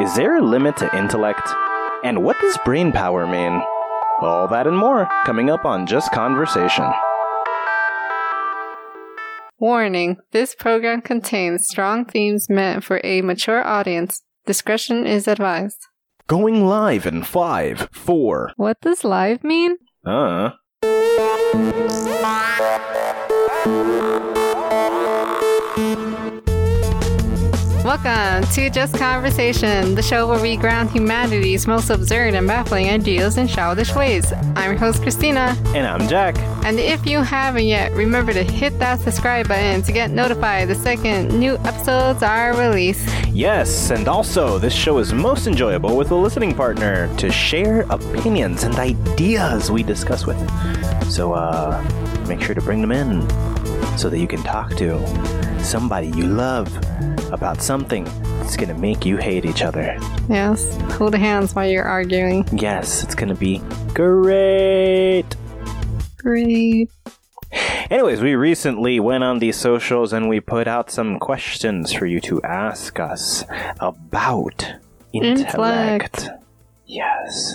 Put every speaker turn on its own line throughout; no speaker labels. Is there a limit to intellect? And what does brain power mean? All that and more coming up on Just Conversation.
Warning this program contains strong themes meant for a mature audience. Discretion is advised.
Going live in five, four.
What does live mean?
Uh.
Welcome to Just Conversation, the show where we ground humanity's most absurd and baffling ideas in childish ways. I'm your host, Christina.
And I'm Jack.
And if you haven't yet, remember to hit that subscribe button to get notified the second new episodes are released.
Yes, and also, this show is most enjoyable with a listening partner to share opinions and ideas we discuss with. So, uh, make sure to bring them in so that you can talk to somebody you love about something that's gonna make you hate each other.
Yes, hold hands while you're arguing.
Yes, it's gonna be great.
Great.
Anyways, we recently went on the socials and we put out some questions for you to ask us about intellect.
Intellect.
Yes.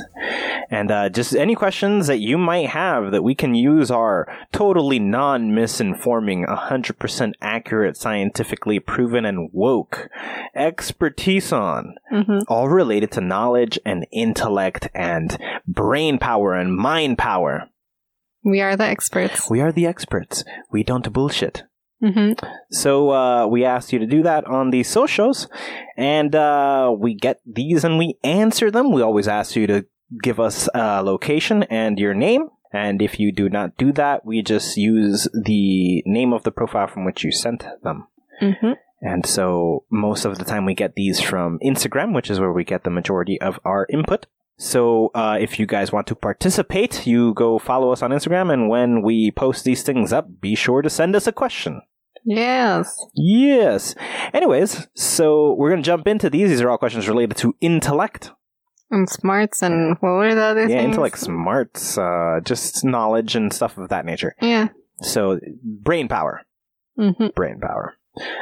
And uh, just any questions that you might have that we can use our totally non misinforming, 100% accurate, scientifically proven, and woke expertise on
Mm-hmm.
all related to knowledge and intellect and brain power and mind power.
We are the experts.
We are the experts. We don't bullshit.
Mm-hmm.
So uh, we asked you to do that on the socials, and uh, we get these and we answer them. We always ask you to give us a location and your name. And if you do not do that, we just use the name of the profile from which you sent them.
Mm-hmm.
And so most of the time we get these from Instagram, which is where we get the majority of our input. So uh, if you guys want to participate, you go follow us on Instagram, and when we post these things up, be sure to send us a question.
Yes.
Yes. Anyways, so we're going to jump into these. These are all questions related to intellect.
And smarts and what were the other
Yeah,
things?
intellect, smarts, uh, just knowledge and stuff of that nature.
Yeah.
So, brain power.
Mm-hmm.
Brain power.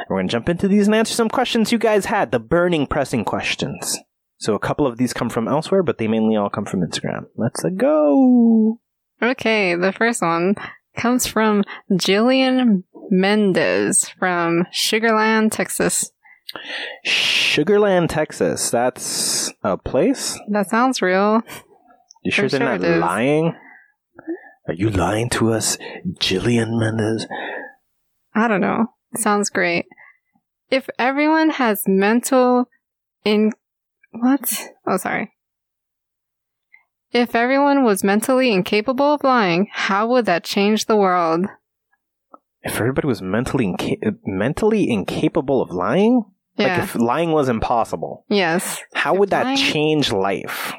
We're going to jump into these and answer some questions you guys had, the burning, pressing questions. So, a couple of these come from elsewhere, but they mainly all come from Instagram. Let's uh, go.
Okay, the first one comes from Jillian Mendez from Sugarland, Texas.
Sugarland, Texas. That's a place?
That sounds real.
You sure
I'm
they're
sure
not
it is.
lying? Are you lying to us, Jillian Mendez?
I don't know. Sounds great. If everyone has mental in what? Oh, sorry. If everyone was mentally incapable of lying, how would that change the world?
If everybody was mentally inca- mentally incapable of lying,
Yeah.
like if lying was impossible,
yes.
how would that
lying-
change life?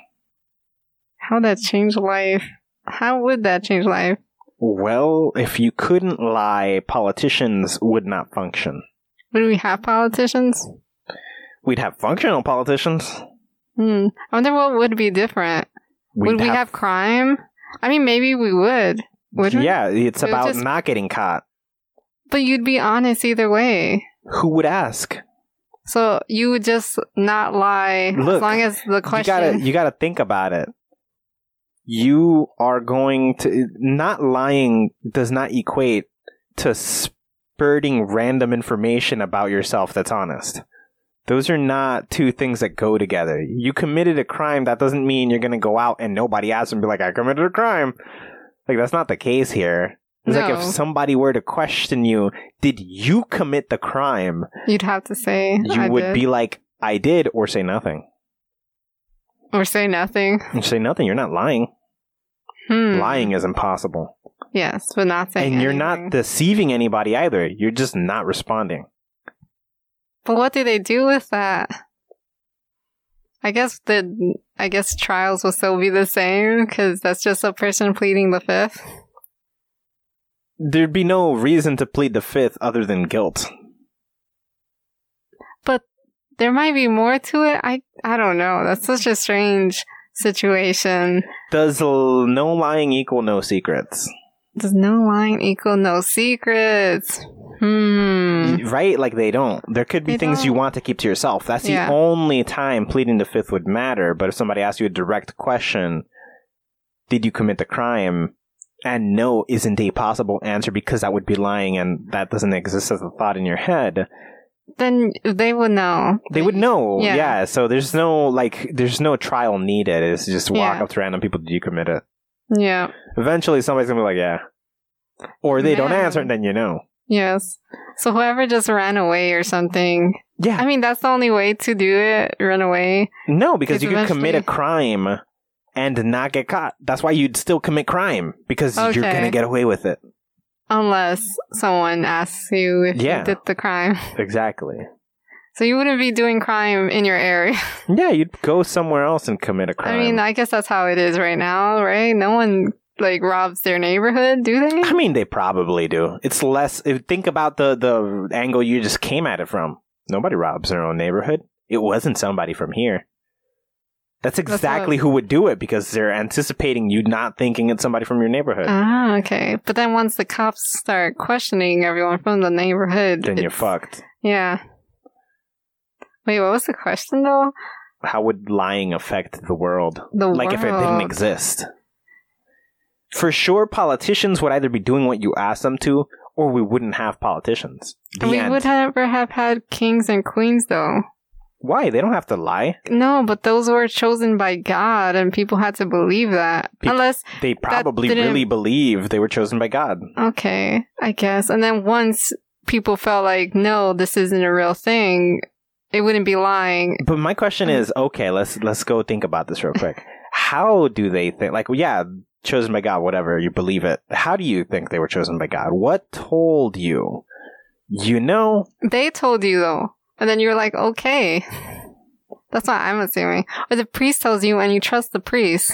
How would that change life? How would that change life?
Well, if you couldn't lie, politicians would not function.
Would we have politicians?
We'd have functional politicians.
Hmm. I wonder what would be different.
We'd
would we have... crime? I mean, maybe we would. Would we?
yeah, it's
It would
about
just-
not getting caught.
But you'd be honest either way.
Who would ask?
So you would just not lie
Look,
as long as the question.
You gotta you gotta think about it. You are going to not lying does not equate to spurting random information about yourself that's honest. Those are not two things that go together. You committed a crime, that doesn't mean you're gonna go out and nobody asks and be like, I committed a crime. Like that's not the case here. It's like if
No.
somebody were to question you, did you commit the crime?
You'd have to say
You
I
would
did.
be like, I did, or say nothing.
or say nothing.
You say nothing. You're not lying.
Hmm.
Lying is impossible.
Yes, but not saying.
and you're not
anything.
deceiving anybody either. You're just not responding.
but what do they do with that? I guess the I guess trials will still be the same because that's just a person pleading the fifth.
There'd be no reason to plead the fifth other than guilt.
There might be more to it. I I don't know. That's such a strange situation.
Does l- no lying equal no secrets?
Does no lying equal no secrets? Hmm.
right? Like they don't. There could be
They
things you
don't.
want to keep to yourself. That's
Yeah.
the only time pleading the fifth would matter. But if somebody asks you a direct question, did you commit the crime? And no isn't a possible answer because that would be lying and that doesn't exist as a thought in your head.
Then they would know.
They would know. Yeah.
Yeah.
So there's no like there's no trial needed. It's just walk
Yeah.
up to random people, did you commit it?
Yeah.
Eventually somebody's gonna be like, Yeah. Or they don't
Man.
answer and then you know.
Yes. So whoever just ran away or something.
Yeah.
I mean, that's the only way to do it. Run away.
No, because
Because
you could commit a
eventually-
crime and not get caught. That's why you'd still commit crime because you're
Okay.
going to get away with it.
Unless someone asks you if
Yeah.
you did the crime.
Exactly.
So you wouldn't be doing crime in your area.
Yeah, you'd go somewhere else and commit a crime.
I mean, I guess that's how it is right now, right? No one like robs their neighborhood, do they?
I mean, they probably do. It's less. If, think about the the angle you just came at it from. Nobody robs their own neighborhood. It wasn't somebody from here. That's
what-
exactly who would do it because they're anticipating you not thinking it's somebody from your neighborhood.
Ah, okay. But then once the cops start questioning everyone from the neighborhood,
then you're
it's-
fucked.
Yeah. Wait, what was the question though?
How would lying affect the world?
The
like if it didn't
world.
exist. For sure, politicians would either be doing what you asked them to, or we wouldn't have politicians. The
And we
end.
would never have had kings and queens though.
Why? They don't have to lie.
No, but those were chosen by God, and people had to believe that.
Be-
Unless,
They probably
didn't-
really believe they were chosen by God.
okay, I guess. And then once people felt like, no, this isn't a real thing, it wouldn't be lying.
But my question
Mm-hmm.
is, okay, let's let's go think about this real quick. How do they think? Like, yeah, chosen by God, whatever you believe it. How do you think they were chosen by God? What told you? You know,
They told you though, and then you're like, okay. That's what I'm assuming. Or the priest tells you, and you trust the priest.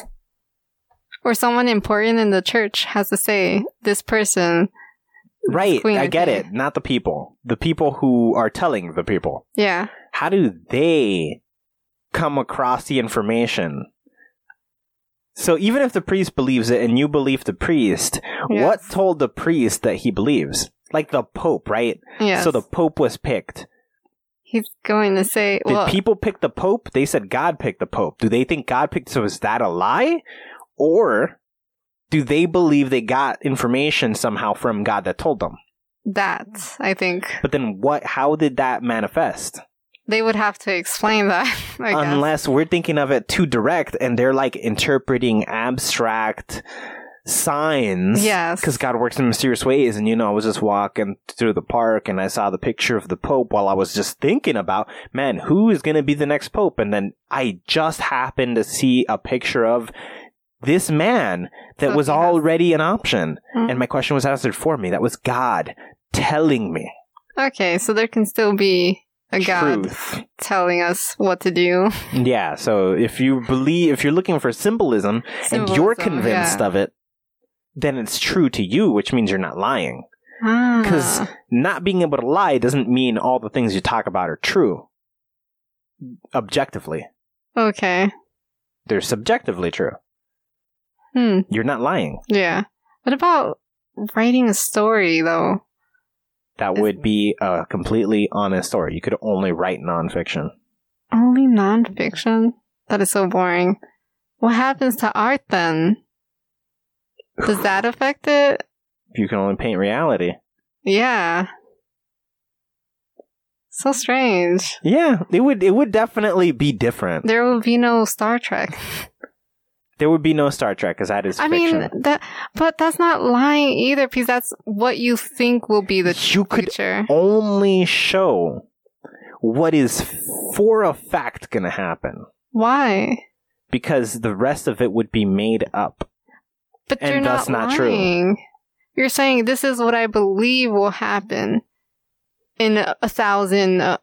Or someone important in the church has to say, this person,
right?
Queen,
I
I
get
think.
it. Not the people. The people who are telling the people.
yeah.
how do they come across the information? So even if the priest believes it and you believe the priest,
Yes.
what told the priest that he believes? Like the Pope, right?
Yes.
So the Pope was picked.
He's going to say,
Did
well,
people pick the Pope? They said God picked the Pope. Do they think God picked? So is that a lie? Or do they believe they got information somehow from God that told them?
that, I think.
But then what? How did that manifest?
They would have to explain that, I guess.
unless we're thinking of it too direct and they're like interpreting abstract signs.
Yes.
Because God works in mysterious ways. And, you know, I was just walking through the park and I saw the picture of the Pope while I was just thinking about, man, who is going to be the next Pope? And then I just happened to see a picture of this man that
So
was
he has-
already an option.
Mhm.
And my question was answered for me. That was God telling me
Okay, so there can still be a god
truth.
telling us what to do.
Yeah, so if you believe, if you're looking for symbolism, and you're convinced of it, then it's true to you, which means you're not lying.
Ah,
Because not being able to lie doesn't mean all the things you talk about are true. Objectively,
okay,
they're subjectively true.
hmm,
You're not lying.
yeah. What about writing a story though?
That
Is-
would be a completely honest story. You could only write nonfiction.
Only nonfiction. That is so boring. What happens to art then? Does that affect it?
You can only paint reality.
Yeah. So strange.
Yeah, it would. It would definitely be different.
There will be no Star Trek.
There would be no Star Trek because that is
I
fiction.
mean that, but that's not lying either, because that's what you think will be the
you could
future.
only show what is for a fact going to happen
Why?
because the rest of it would be made up.
But
And
you're
thus
not,
not true.
lying. You're saying this is what I believe will happen in a, a thousand, uh,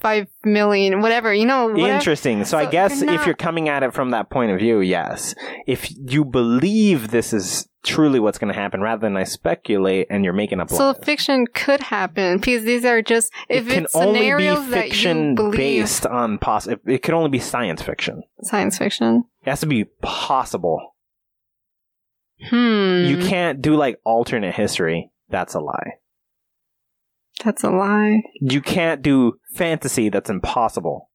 five million, whatever. You know, whatever.
Interesting. So, I
So
guess
you're
if
not-
you're coming at it from that point of view, yes. If you believe this is truly what's going to happen rather than I speculate and you're making up
So
lies.
fiction could happen because these are just if
it can
it's
only be
scenarios that you
fiction
believe
based on poss. It, it can only be science fiction.
science fiction.
It has to be possible.
Hmm. Mm-hmm.
You can't do like alternate history. That's a lie.
That's a lie.
You can't do fantasy. That's impossible.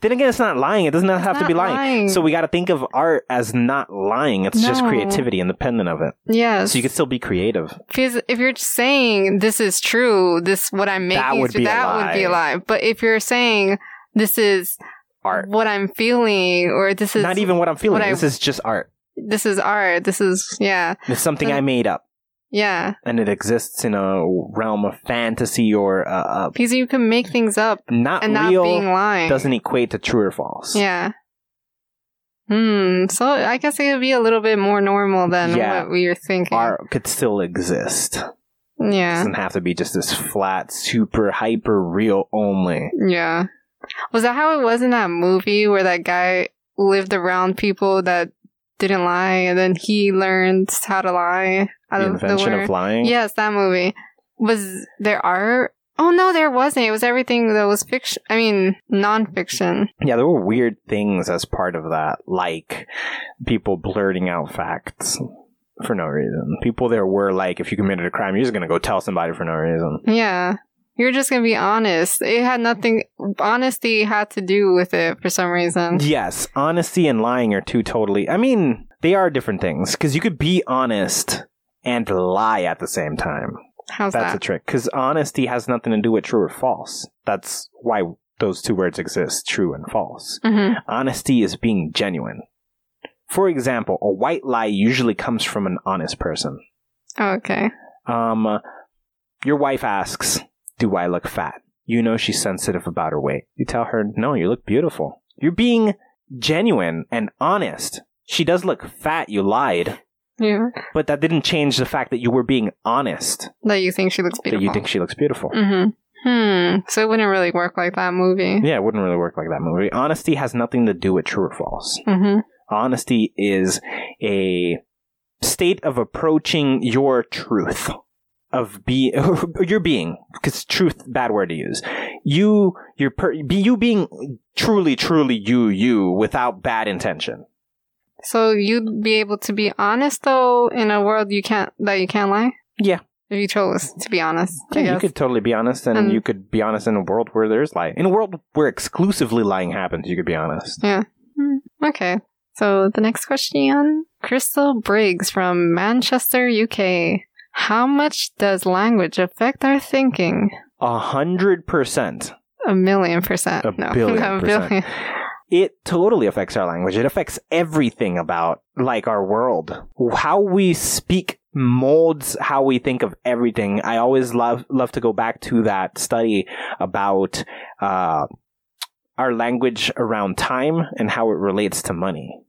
Then again, it's not lying. It does not
It's
have to
not
be lying.
lying.
So we got to think of art as not lying. It's just
No.
creativity independent of it.
Yes.
So you can still be creative.
Because if you're just saying this is true, this what I'm making,
That
is
would
true,"
be a
that would be a lie. But if you're saying this is
Art.
what I'm feeling, or this is
Not even what I'm feeling.
what I-
this is just art.
this is art, this is yeah,
It's something
But-
I made up,
yeah,
and it exists in a realm of fantasy or uh, uh,
because you can make things up
not
and not
real.
being lying.
doesn't equate to true or false.
yeah. Hmm. So I guess it would be a little bit more normal than
Yeah.
what we were thinking.
Art could still exist.
Yeah.
doesn't have to be just this flat, super hyper real only.
Yeah. Was that how it was in that movie where that guy lived around people that didn't lie and then he learned how to lie? out
the
of
invention
word?
of lying.
Yes, that movie. Was there art? Oh no, there wasn't. It was everything that was fiction. I mean, nonfiction.
Yeah, there were weird things as part of that, like people blurting out facts for no reason. People there were like, if you committed a crime, you're just gonna go tell somebody for no reason.
Yeah. You're just gonna be honest. It had nothing. Honesty had to do with it for some reason.
Yes, honesty and lying are two totally. I mean, they are different things because you could be honest and lie at the same time.
How's
That's a
that?
trick because honesty has nothing to do with true or false. That's why those two words exist: true and false.
Mhm.
honesty is being genuine. For example, a white lie usually comes from an honest person.
Oh, okay.
Um, your wife asks, Do I look fat? You know she's sensitive about her weight. You tell her, No, you look beautiful. You're being genuine and honest. She does look fat, you lied,
Yeah.
but that didn't change the fact that you were being honest,
That you think she looks
that
beautiful.
you think she looks beautiful.
hmm Hmm. So it wouldn't really work like that movie.
Yeah, it wouldn't really work like that movie. Honesty has nothing to do with true or false.
hmm
honesty is a state of approaching your truth of be your being because truth bad word to use you your per, be you being truly truly you you without bad intention
So you'd be able to be honest though in a world you can't that you can't lie.
Yeah.
If you chose to be honest, I
yeah, you
guess.
could totally be honest and
Um,
you could be honest in a world where there's lying in a world where exclusively lying happens you could be honest
Okay. So the next question, Crystal Briggs from Manchester, UK. How much does language affect our thinking?
a hundred percent
A million percent.
A
no,
billion
a
percent.
billion.
it totally affects our language. It affects everything about like our world. How we speak molds how we think of everything. I always love love to go back to that study about uh, our language around time and how it relates to money.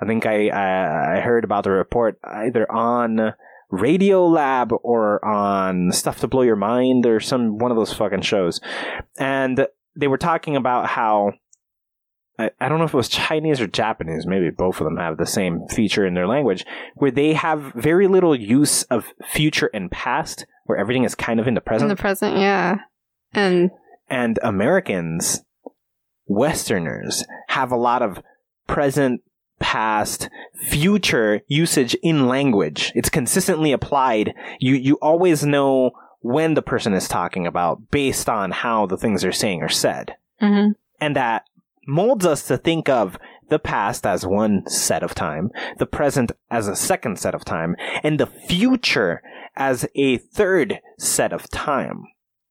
I think I I, I heard about the report either on Radio Lab or on Stuff to Blow Your Mind or some one of those fucking shows, and they were talking about how I, I don't know if it was Chinese or Japanese, maybe both of them have the same feature in their language, where they have very little use of future and past, where everything is kind of in the
In
present.
the present, yeah. And
and Americans, Westerners, have a lot of present, past, future usage in language. It's consistently applied. You you always know when the person is talking about based on how the things they're saying are said
mhm.
and that molds us to think of the past as one set of time, the present as a second set of time, and the future as a third set of time.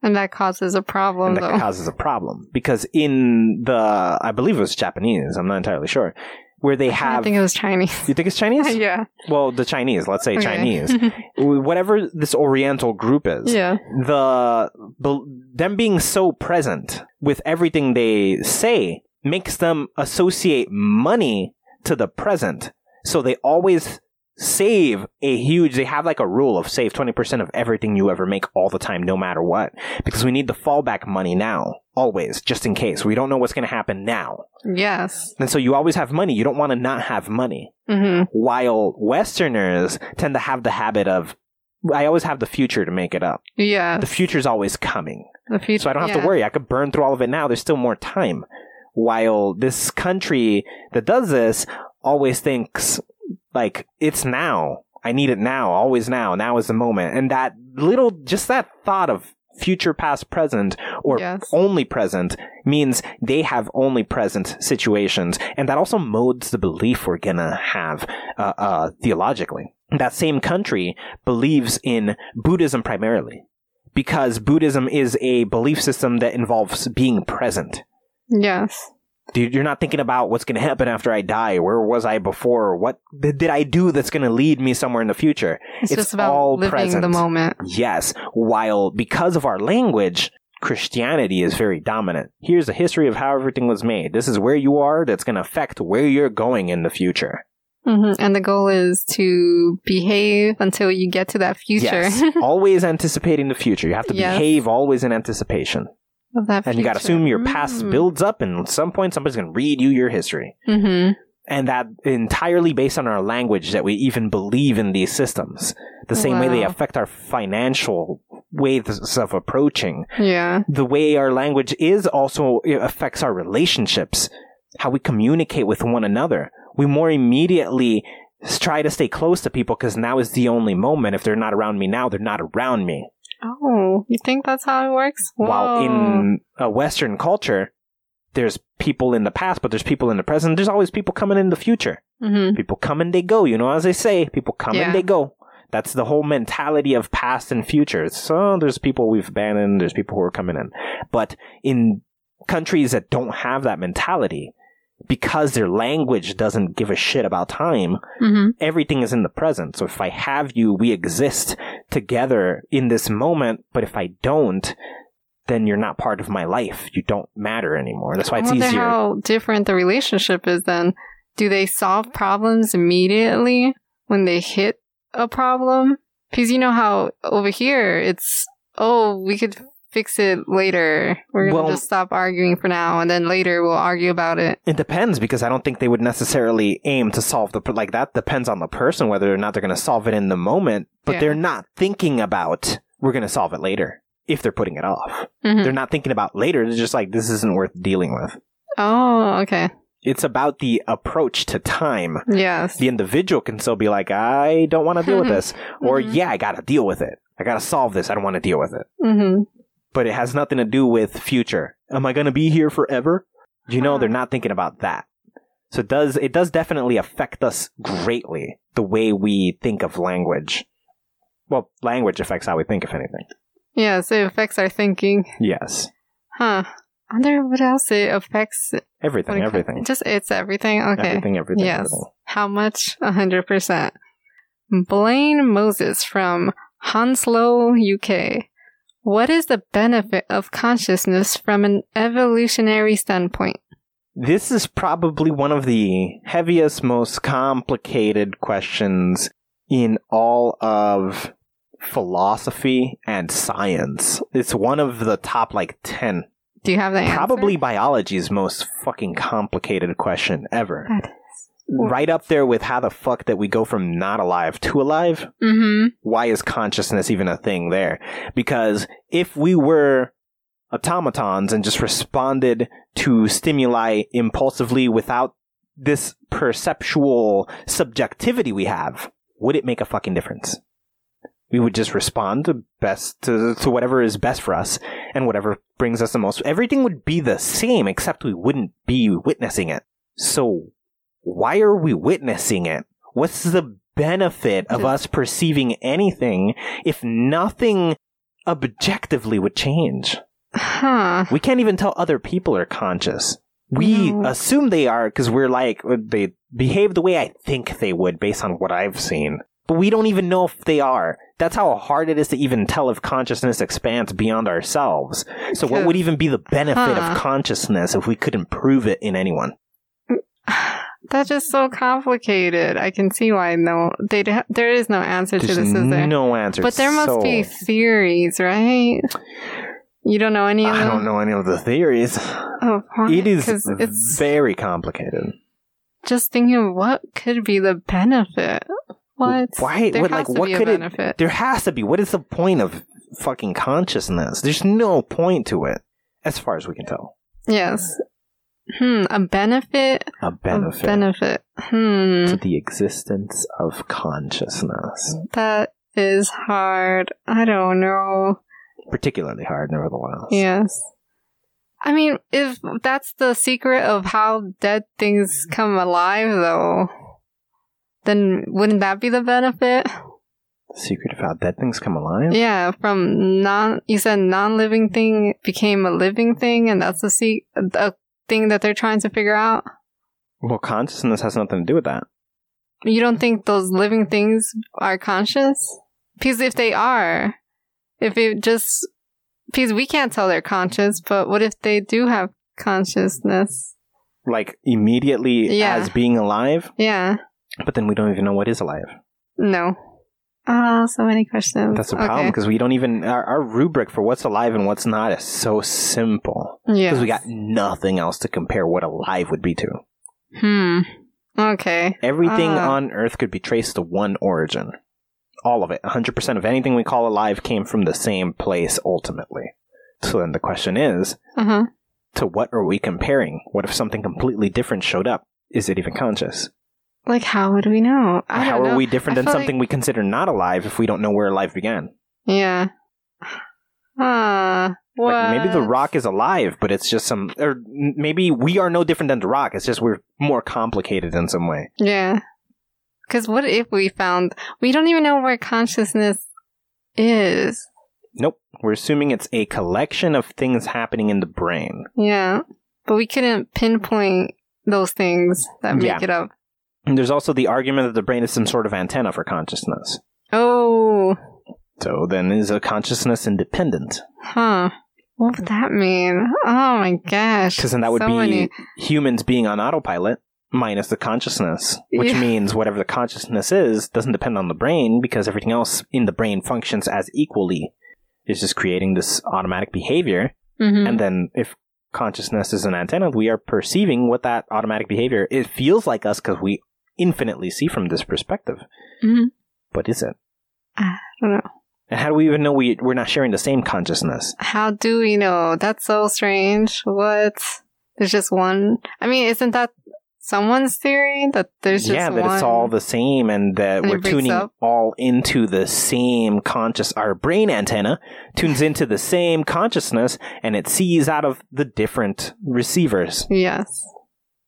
and that causes a problem
And
though.
that causes a problem because in the, I believe it was Japanese, I'm not entirely sure, where they
I
have.
think it was Chinese.
you think it's Chinese?
yeah.
Well, the Chinese, let's say
Okay.
Chinese, whatever this Oriental group is,
yeah.
the, the them being so present with everything they say makes them associate money to the present so they always save a huge they have like a rule of save 20% of everything you ever make all the time no matter what because we need the fallback money now always just in case we don't know what's going to happen now
Yes.
and so you always have money you don't want to not have money
hmm
while westerners tend to have the habit of i always have the future to make it up
Yeah.
the future's always coming.
The future.
So I don't have
yeah.
to worry. I could burn through all of it now. There's still more time. While this country that does this always thinks like it's now. I need it now, always now. Now is the moment. And that little, just that thought of future, past, present, or
Yes.
only present means they have only present situations. And that also modes the belief we're going to have uh, uh, theologically. That same country believes in Buddhism primarily because Buddhism is a belief system that involves being present.
Yes.
Dude, you're not thinking about what's going to happen after I die. Where was I before? What did did I do that's going to lead me somewhere in the future?
It's,
It's
just about
all
living the
present.
moment.
Yes, while because of our language, Christianity is very dominant. Here's the history of how everything was made. This is where you are that's going to affect where you're going in the future.
hmm And the goal is to behave until you get to that future.
Yes. always anticipating the future. You have to
Yes.
behave always in anticipation.
of that Mm-hmm.
And you got to assume your
Mm.
past builds up and at some point somebody's going to read you your history.
hmm
and that entirely based on our language that we even believe in these systems. The same way they
Wow.
affect our financial ways of approaching.
Yeah.
The way our language is also it affects our relationships, how we communicate with one another. We more immediately s- try to stay close to people because now is the only moment. If they're not around me now, they're not around me.
Oh, you think that's how it works? Whoa.
While in a Western culture, there's people in the past, but there's people in the present. There's always people coming in the future.
hmm
People come and they go. You know, as they say, people come
Yeah.
and they go. That's the whole mentality of past and future. So there's people we've abandoned, there's people who are coming in. But in countries that don't have that mentality, because their language doesn't give a shit about time,
hmm
everything is in the present. So if I have you, we exist together in this moment. But if I don't, then you're not part of my life. You don't matter anymore. That's why
I
it's
wonder
easier.
how different the relationship is then. Do they solve problems immediately when they hit a problem? Because you know how over here it's, oh, we could fix it later. We're going to
Well-
just stop arguing for now and then later we'll argue about it.
It depends because I don't think they would necessarily aim to solve the like that depends on the person whether or not they're going to solve it in the moment, but
Yeah.
they're not thinking about we're going to solve it later if they're putting it off.
Mhm.
They're not thinking about later, they're just like this isn't worth dealing with.
Oh, okay.
It's about the approach to time.
Yes.
The individual can still be like I don't want to deal with this or
Mhm.
yeah, I got to deal with it. I got to solve this. I don't want to deal with it.
hmm
But it has nothing to do with future. Am I going to be here forever? you know
Huh.
they're not thinking about that so it does it does definitely affect us greatly the way we think of language well language affects how we think if anything
Yeah, so it affects our thinking.
yes
Huh. I wonder what else it affects. when
everything
it comes-
everything
Just it's everything. Okay.
everything everything
Yes.
everything
How much? A 100%. Blaine Moses from Hounslow, UK. What is the benefit of consciousness from an evolutionary standpoint?
this is probably one of the heaviest most complicated questions in all of philosophy and science it's one of the top like 10
Do you have the answer?
probably biology's most fucking complicated question ever
That
right up there with how the fuck that we go from not alive to alive.
Mm
Why is consciousness even a thing there? Because if we were automatons and just responded to stimuli impulsively without this perceptual subjectivity we have, would it make a fucking difference? We would just respond to best to, to whatever is best for us and whatever brings us the most. Everything would be the same except we wouldn't be witnessing it. So why are we witnessing it? What's the benefit of
Yeah.
us perceiving anything if nothing objectively would change?
hmm. Huh.
We can't even tell other people are conscious. We
No.
assume they are because we're like, uh, they behave the way I think they would based on what I've seen. But we don't even know if they are. That's how hard it is to even tell if consciousness expands beyond ourselves. So, what
Good.
would even be the benefit
Huh.
of consciousness if we couldn't prove it in anyone?
That's just so complicated. I can see why no, they d- there is no answer to
There's
this, is there?
no answer.
but there must
So-
be theories, right? You don't know any of them.
I don't know any of the theories.
Oh, why?
It is
'Cause it's
very complicated.
just thinking of what could be the benefit. What?
Why-
There
what-
has
like,
to
what
be a
could it-
benefit.
There has to be. What is the point of fucking consciousness? There's no point to it, as far as we can tell.
yes. Hmm, a benefit.
A benefit,
A benefit. Hmm.
to the existence of consciousness.
That is hard. I don't know.
Particularly hard, nevertheless.
Yes. I mean, if that's the secret of how dead things come alive, though, then wouldn't that be the benefit?
The secret of how dead things come alive?
Yeah, from non, you said non-living thing became a living thing, and that's the se- the thing that they're trying to figure out.
Well, consciousness has nothing to do with that.
You don't think those living things are conscious? Because if they are, if it just, because we can't tell they're conscious, but what if they do have consciousness?
Like, immediately
Yeah.
as being alive,
Yeah.
but then we don't even know what is alive.
No. Ah, so many questions.
That's the problem, because we don't even. Our, our rubric for what's alive and what's not is so simple. Because
Yeah.
we got nothing else to compare what alive would be to.
Hmm. Okay.
Everything
Ah.
on Earth could be traced to one origin. All of it. 100% of anything we call alive came from the same place ultimately. So then the question is
Uh huh.
to what are we comparing? What if something completely different showed up? Is it even conscious?
Like, how would we
Or
know? I
how
don't
are
know.
we different
I
than
feel
something we consider not alive if we don't know where life began?
Yeah. Ah. what?
Like maybe the rock is alive, but it's just some, or m- maybe we are no different than the rock. It's just we're more complicated in some way.
Yeah. Because what if we found. We don't even know where consciousness is.
Nope, we're assuming it's a collection of things happening in the brain.
Yeah. But we couldn't pinpoint those things that make
Yeah.
it up.
And there's also the argument that the brain is some sort of antenna for consciousness.
Oh.
So then, is a consciousness independent?
Huh. What would that mean? Oh my gosh.
Because then that would
So
be
many-
humans being on autopilot minus the consciousness, which
Yeah.
means whatever the consciousness is doesn't depend on the brain because everything else in the brain functions as equally. It's just creating this automatic behavior.
Mhm.
And then if consciousness is an antenna, we are perceiving what that automatic behavior. It feels like us because we infinitely see from this perspective.
Mhm.
But is it?
I don't know.
And how do we even know we, we're not sharing the same consciousness?
How do we know? That's so strange. What? There's just one. I mean, isn't that someone's theory that there's just
yeah, that
one?
it's all the same and that
And it
we're
breaks
tuning
up.
all into the same conscious. Our brain antenna tunes into the same consciousness and it sees out of the different receivers.
Yes.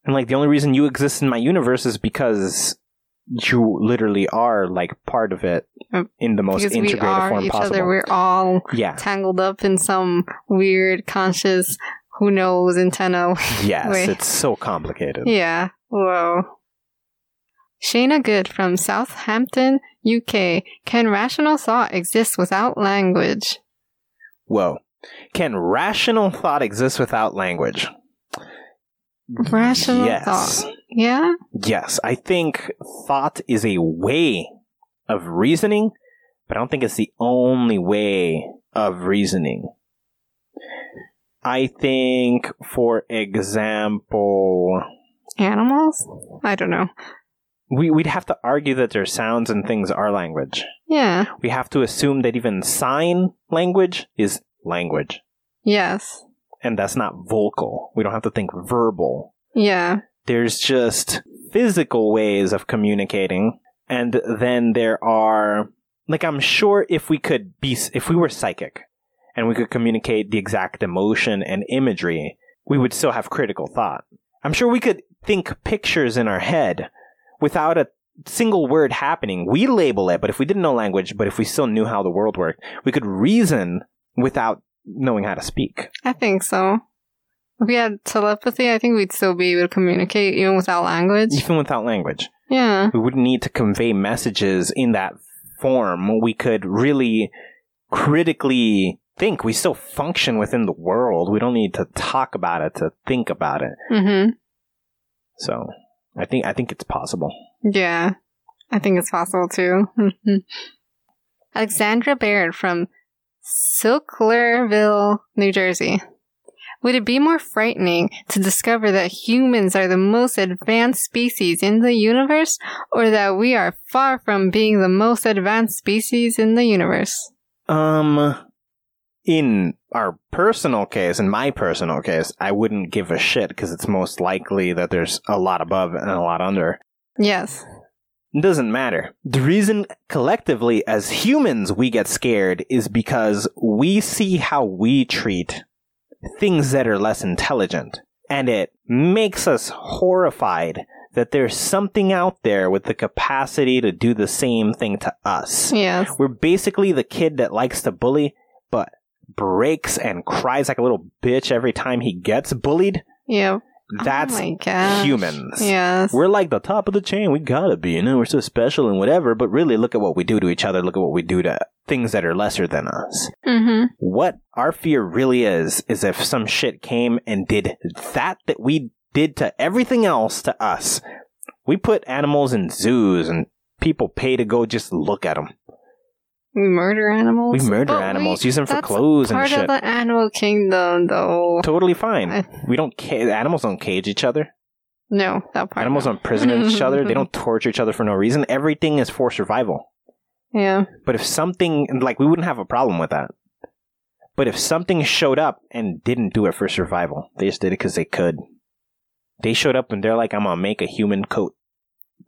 And like the only reason you exist in my universe is because you literally are like part of it
Mm.
in the most
Because we
integrated
are
form
each
possible.
other. We're all
yeah.
tangled up in some weird conscious who knows antenna.
Yes.
Wait.
It's so complicated.
yeah. Whoa. Shayna Good from Southampton, UK. Can rational thought exist without language?
Whoa. Can rational thought exist without language?
Rational
yes.
thought. Yeah?
Yes, I think thought is a way of reasoning, but I don't think it's the only way of reasoning. I think, for example,
Animals? I don't know.
we, we'd have to argue that their sounds and things are language.
Yeah.
We have to assume that even sign language is language,
Yes.
and that's not vocal. We don't have to think verbal.
Yeah.
there's just physical ways of communicating and then there are like i'm sure if we could be if we were psychic and we could communicate the exact emotion and imagery we would still have critical thought i'm sure we could think pictures in our head without a single word happening we label it but if we didn't know language but if we still knew how the world worked we could reason without knowing how to speak
I think so. If we had telepathy, I think we'd still be able to communicate even without language.
even without language
Yeah.
we wouldn't need to convey messages in that form. We could really critically think. We still function within the world. We don't need to talk about it to think about it.
Mm
So I think I think it's possible.
hmm. Yeah. I think it's possible too. Mhm. Alexandra Baird from Silklerville, New Jersey. Would it be more frightening to discover that humans are the most advanced species in the universe, or that we are far from being the most advanced species in the universe?
Um, in our personal case, in my personal case, I wouldn't give a shit because it's most likely that there's a lot above and a lot under.
Yes.
It doesn't matter. The reason collectively as humans we get scared is because we see how we treat things that are less intelligent. And it makes us horrified that there's something out there with the capacity to do the same thing to us.
Yes.
We're basically the kid that likes to bully, but breaks and cries like a little bitch every time he gets bullied.
Yeah.
That's
oh my gosh.
humans.
Yes.
We're like the top of the chain. We gotta be, you know, we're so special and whatever, but really look at what we do to each other. Look at what we do to things that are lesser than us.
mm-hmm.
What our fear really is, is if some shit came and did that that we did to everything else to us. We put animals in zoos and people pay to go just look at them.
We murder animals.
We murder
But
animals, use them for
that's
clothes and
part
shit.
of the animal kingdom, though.
Totally fine.
I-
we don't ca- animals don't cage each other.
No, that part.
Animals
no.
don't prison each other. They don't torture each other for no reason. Everything is for survival.
Yeah.
But if something like we wouldn't have a problem with that. But if something showed up and didn't do it for survival, they just did it because they could. They showed up and they're like, "I'm gonna make a human coat."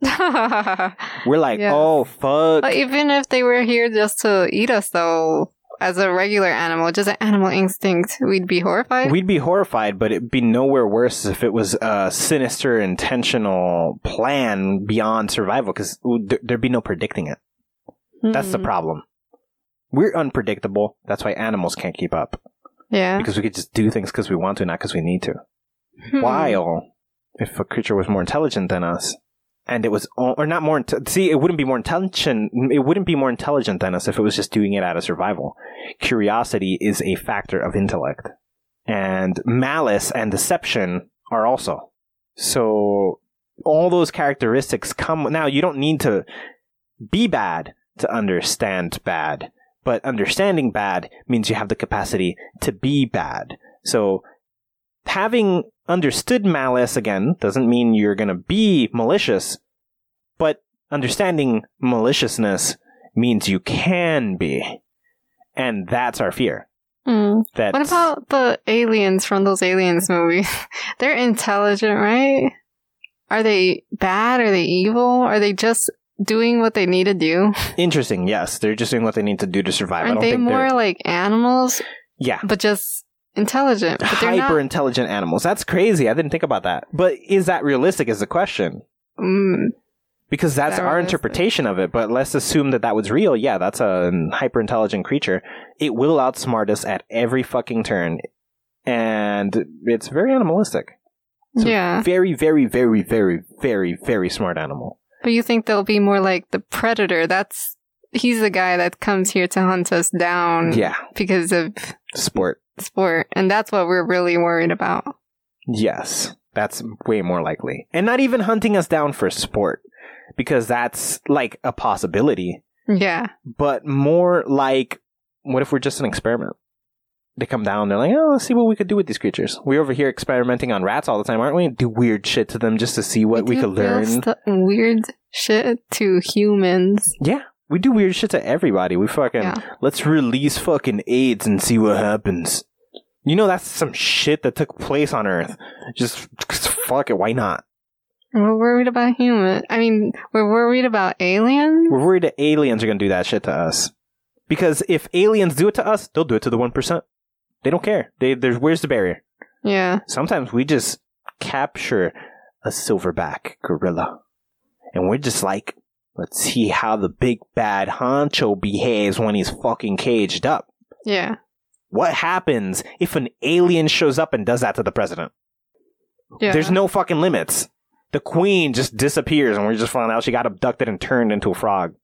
We're like,
Yes.
"Oh fuck!"
But even if they were here just to eat us, though, as a regular animal, just an animal instinct, we'd be horrified.
We'd be horrified, but it'd be nowhere worse if it was a sinister, intentional plan beyond survival, because there'd be no predicting it. That's the
Hmm.
problem. We're unpredictable. That's why animals can't keep up
Yeah.
because we could just do things because we want to, not because we need to.
Hmm.
While if a creature was more intelligent than us, and it was o- or not more inte- see, it wouldn't be more intelligent. It wouldn't be more intelligent than us if it was just doing it out of survival. Curiosity is a factor of intellect, and malice and deception are also. So all those characteristics come now. You don't need to be bad to understand bad. But understanding bad means you have the capacity to be bad. So having understood malice again doesn't mean you're going to be malicious, but understanding maliciousness means you can be. And that's our fear.
Hmm.
That
What about the aliens from those aliens movies? They're intelligent, right? Are they bad? Are they evil? Are they just doing what they need to do?
interesting? Yes, they're just doing what they need to do to survive. I
Aren't
don't
they
think
more
they're
like animals,
yeah.
but just intelligent? But they're
Hyper
not.
intelligent animals. That's crazy. I didn't think about that. But is that realistic? Is the question.
Mm,
because that's
That
our
realistic.
interpretation of it. But let's assume that that was real. Yeah, that's a hyper intelligent creature. It will outsmart us at every fucking turn, and it's very animalistic. So-
yeah,
Very, very, very, very, very, very smart animal.
but you think they'll be more like the predator? That's he's the guy that comes here to hunt us down
Yeah,
because of
sport.
sport, and that's what we're really worried about.
Yes, that's way more likely, and not even hunting us down for sport, because that's like a possibility.
Yeah,
But more like, what if we're just an experiment? they come down. They're like, oh, let's see what we could do with these creatures. We're over here experimenting on rats all the time, aren't we? Do weird shit to them just to see what we,
do
could
real
learn.
stu- weird shit to humans.
yeah, we do weird shit to everybody. We fucking
Yeah.
let's release fucking AIDS and see what happens. You know, that's some shit that took place on Earth. Just, just fuck it. Why not?
We're worried about human. I mean, we're worried about aliens.
We're worried that aliens are gonna do that shit to us because if aliens do it to us, they'll do it to the one percent. They don't care. They there's where's the barrier?
Yeah,
sometimes we just capture a silverback gorilla and we're just like let's see how the big bad honcho behaves when he's fucking caged up
yeah.
what happens if an alien shows up and does that to the president
Yeah.
there's no fucking limits the queen just disappears and we're just finding out she got abducted and turned into a frog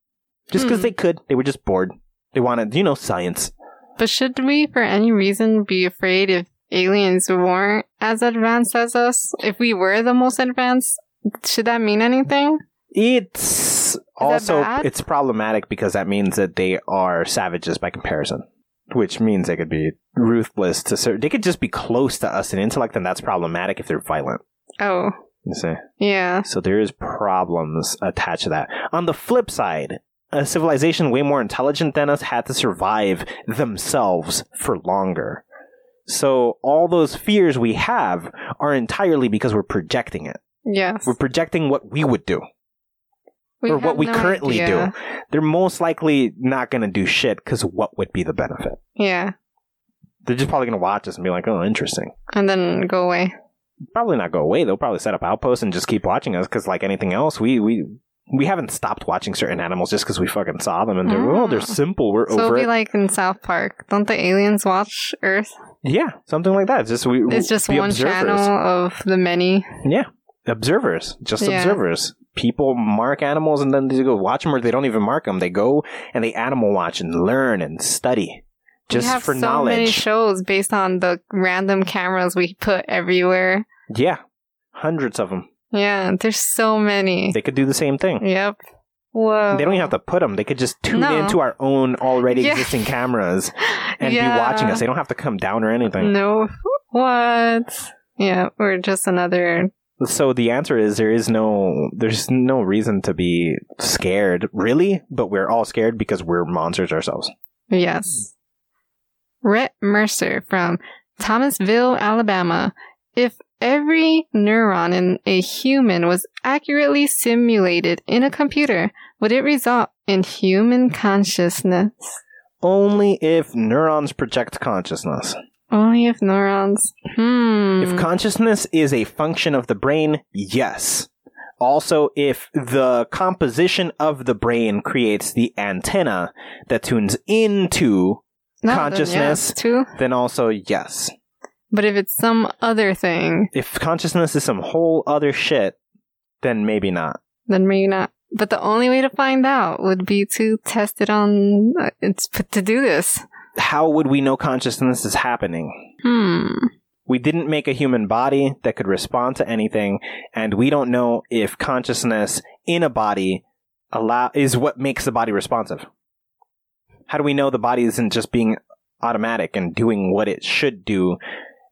just because
Hmm.
they could they were just bored they wanted you know science
But should we, for any reason, be afraid if aliens weren't as advanced as us? If we were the most advanced, should that mean anything?
It's also
bad?
it's problematic because that means that they are savages by comparison, which means they could be ruthless to certain. They could just be close to us in intellect, and that's problematic if they're violent.
Oh,
You see,
yeah.
so there is problems attached to that. On the flip side, a civilization way more intelligent than us had to survive themselves for longer. So all those fears we have are entirely because we're projecting it.
Yes.
We're projecting what we would do or what
have
we
no
currently
idea.
do. They're most likely not going to do shit because what would be the benefit?
Yeah.
They're just probably going to watch us and be like, oh, interesting.
And then go away.
Probably not go away. They'll probably set up outposts and just keep watching us because, like anything else, we, we, we haven't stopped watching certain animals just because we fucking saw them and they're, oh,
Ah.
they're simple. We're
So it'll
over
be
it.
like in South Park. Don't the aliens watch Earth?
yeah, something like that. It's just, we,
It's just
be
one
observers.
channel of the many.
Yeah. Observers. Just
Yeah.
observers. People mark animals and then they go watch them or they don't even mark them. They go and they animal watch and learn and study just
we have
for
so
knowledge.
many shows based on the random cameras we put everywhere.
yeah. Hundreds of them.
Yeah, there's so many.
They could do the same thing.
Yep. Whoa.
They don't even have to put them. They could just tune
No.
into our own already
Yeah.
existing cameras and
Yeah.
be watching us. They don't have to come down or anything.
No. What? Yeah, we're just another.
So the answer is there is no there's no reason to be scared, really, but we're all scared because we're monsters ourselves.
Yes. Rhett Mercer from Thomasville, Alabama. If every neuron in a human was accurately simulated in a computer, would it result in human consciousness?
Only if neurons project consciousness.
Only if neurons. Hmm.
If consciousness is a function of the brain, yes. Also, if the composition of the brain creates the antenna that tunes into,
No, then
consciousness-
yes, too.
then also yes.
But if it's some other thing,
If consciousness is some whole other shit, then maybe not.
then maybe not. But the only way to find out would be to test it on. uh, It's to do this.
How would we know consciousness is happening?
Hmm.
We didn't make a human body that could respond to anything, and we don't know if consciousness in a body allow is what makes the body responsive. How do we know the body isn't just being automatic and doing what it should do?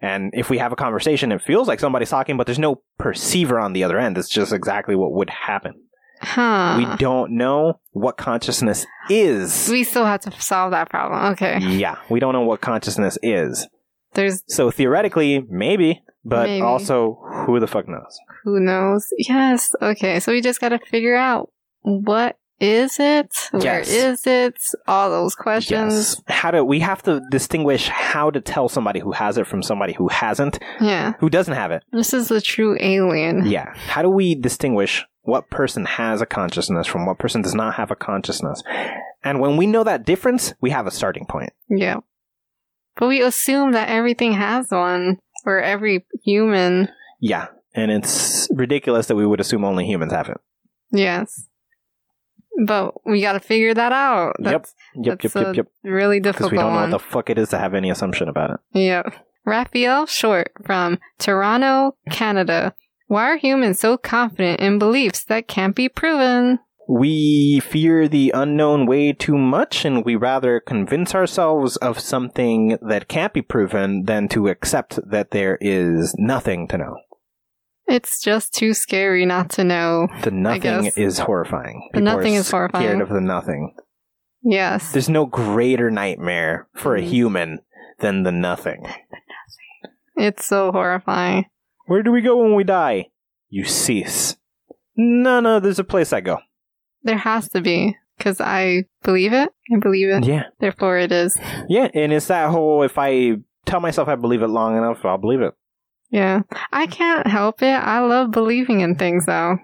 And if we have a conversation, it feels like somebody's talking, but there's no perceiver on the other end. It's just exactly what would happen.
Huh.
We don't know what consciousness is.
Uh-huh. We still have to solve that problem. Okay.
yeah, we don't know what consciousness is.
There's
So theoretically, maybe, but
Maybe.
also, who the fuck knows?
who knows. Yes. Okay. So we just got to figure out what is it? Where
Yes.
is it? All those questions.
Yes. How do we have to distinguish how to tell somebody who has it from somebody who hasn't,
Yeah.
who doesn't have it?
This is the true alien.
Yeah. How do we distinguish what person has a consciousness from what person does not have a consciousness? And when we know that difference, we have a starting point.
Yeah. But we assume that everything has one, or every human.
Yeah. And it's ridiculous that we would assume only humans have it.
Yes. But we gotta figure that out.
Yep.
That's
Yep, yep,
That's a
yep, yep.
really
Because
difficult
we don't know
one.
what the fuck it is to have any assumption about it.
yep. Raphael Short from Toronto, Canada. Why are humans so confident in beliefs that can't be proven?
We fear the unknown way too much, and we rather convince ourselves of something that can't be proven than to accept that there is nothing to know.
It's just too scary not to know.
The nothing
guess.
is horrifying.
The
People
nothing
are
is horrifying.
Scared of the nothing.
Yes.
There's no greater nightmare for a
Mhm.
human than the nothing.
it's so horrifying.
Where do we go when we die? You cease. No, no, there's a place I go.
There has to be. Because I believe it. I believe it.
Yeah.
Therefore it is.
Yeah, and it's that whole if I tell myself I believe it long enough, I'll believe it.
Yeah. I can't help it. I love believing in things though.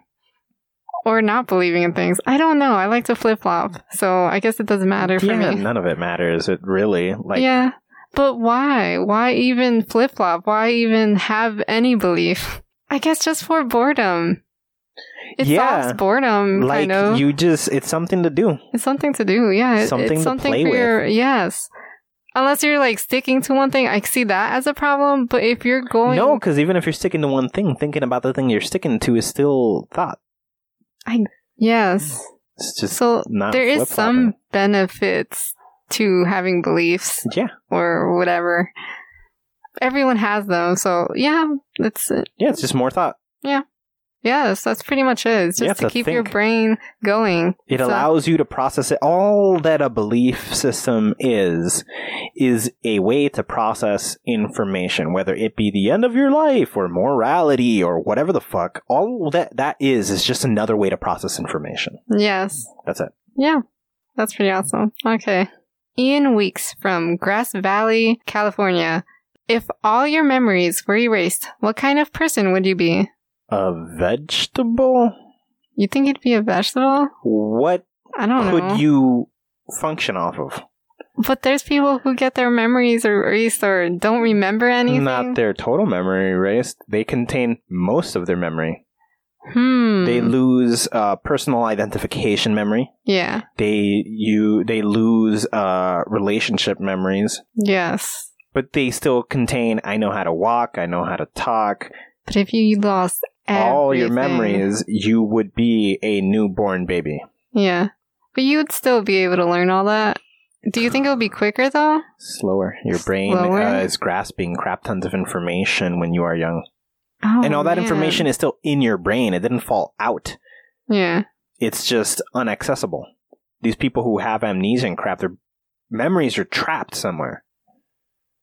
Or not believing in things. I don't know. I like to flip flop. So I guess it doesn't matter for
yeah,
me.
none of it matters. It really like
yeah. But why? Why even flip flop? Why even have any belief? I guess just for boredom. It
Yeah.
solves boredom,
like
kind of.
you just it's something to do.
it's something to do, yeah. It-
Something
it's
to
something
play
for
with.
your yes. Unless you're like sticking to one thing, I see that as a problem. But if you're going,
No, because even if you're sticking to one thing, thinking about the thing you're sticking to is still thought.
yes.
It's just
So
not
there is
flip-flopping.
some benefits to having beliefs
Yeah,
or whatever. Everyone has them, so yeah, that's it.
yeah, it's just more thought.
Yeah. Yes, that's pretty much it. It's
You
just
have to
to keep your
think.
brain going.
It
So-
allows you to process it. All that a belief system is, is a way to process information, whether it be the end of your life or morality or whatever the fuck. All that that is is just another way to process information.
Yes.
That's it.
Yeah. That's pretty awesome. Okay. Ian Weeks from Grass Valley, California. If all your memories were erased, what kind of person would you be?
A vegetable?
You think you'd be a vegetable?
What
I don't
could
know.
you function off of?
but there's people who get their memories er-, erased or don't remember anything.
Not their total memory erased. They contain most of their memory.
Hmm.
They lose uh, personal identification memory.
yeah.
They you they lose uh, relationship memories,
Yes.
but they still contain. I know how to walk. I know how to talk.
But if you lost everything,
All your memories. You would be a newborn baby.
Yeah. But you would still be able to learn all that. Do you think it would be quicker though?
Slower. Your brain
Slower?
Uh, is grasping crap tons of information when you are young,
Oh,
and all that
man.
information is still in your brain. It didn't fall out.
Yeah.
it's just unaccessible. These people who have amnesia and crap, their memories are trapped somewhere.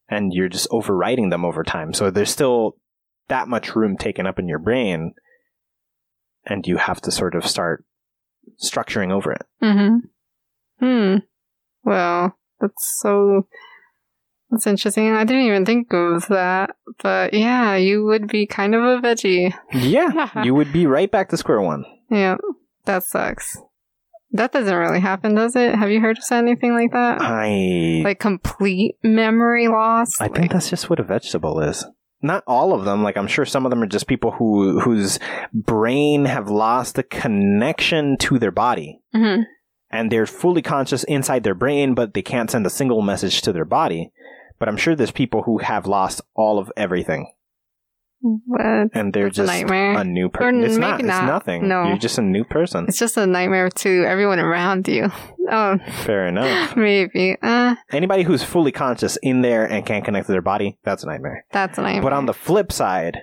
And you're just overwriting them over time. So there's still that much room taken up in your brain. And you have to sort of start structuring over it.
Mm-hmm. Hmm. Well, that's so. That's interesting. I didn't even think of that. But yeah, you would be kind of a veggie.
Yeah. you would be right back to square one.
Yeah, that sucks. That doesn't really happen, does it? Have you heard of anything like that?
I
like complete memory loss?
Uh, I think
Like-
that's just what a vegetable is. Not all of them. Like I'm sure some of them are just people who whose brain have lost the connection to their body.
Mhm.
and they're fully conscious inside their brain, but they can't send a single message to their body. But I'm sure there's people who have lost all of everything,
What?
and they're
It's a
just
nightmare.
a new
Or
person. It's not.
maybe not.
It's nothing.
No.
You're just a new person.
It's just a nightmare to everyone around you. Oh,
Fair enough.
maybe. Uh,
Anybody who's fully conscious in there and can't connect to their body, that's a nightmare.
that's a nightmare.
But on the flip side,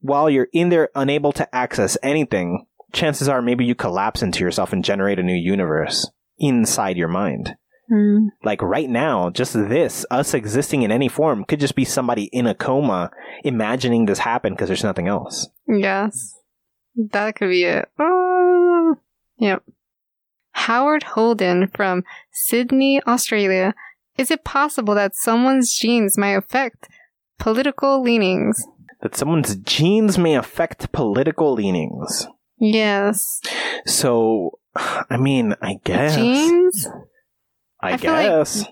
while you're in there unable to access anything, chances are maybe you collapse into yourself and generate a new universe inside your mind.
Hmm.
Like right now, just this, us existing in any form, could just be somebody in a coma imagining this happen because there's nothing else.
Hmm, Yes. That could be it. Oh, yep. Howard Holden from Sydney, Australia. Is it possible that someone's genes might affect political leanings?
That someone's genes may affect political leanings.
Yes.
So, I mean, I guess.
Genes?
I,
I feel like-
guess.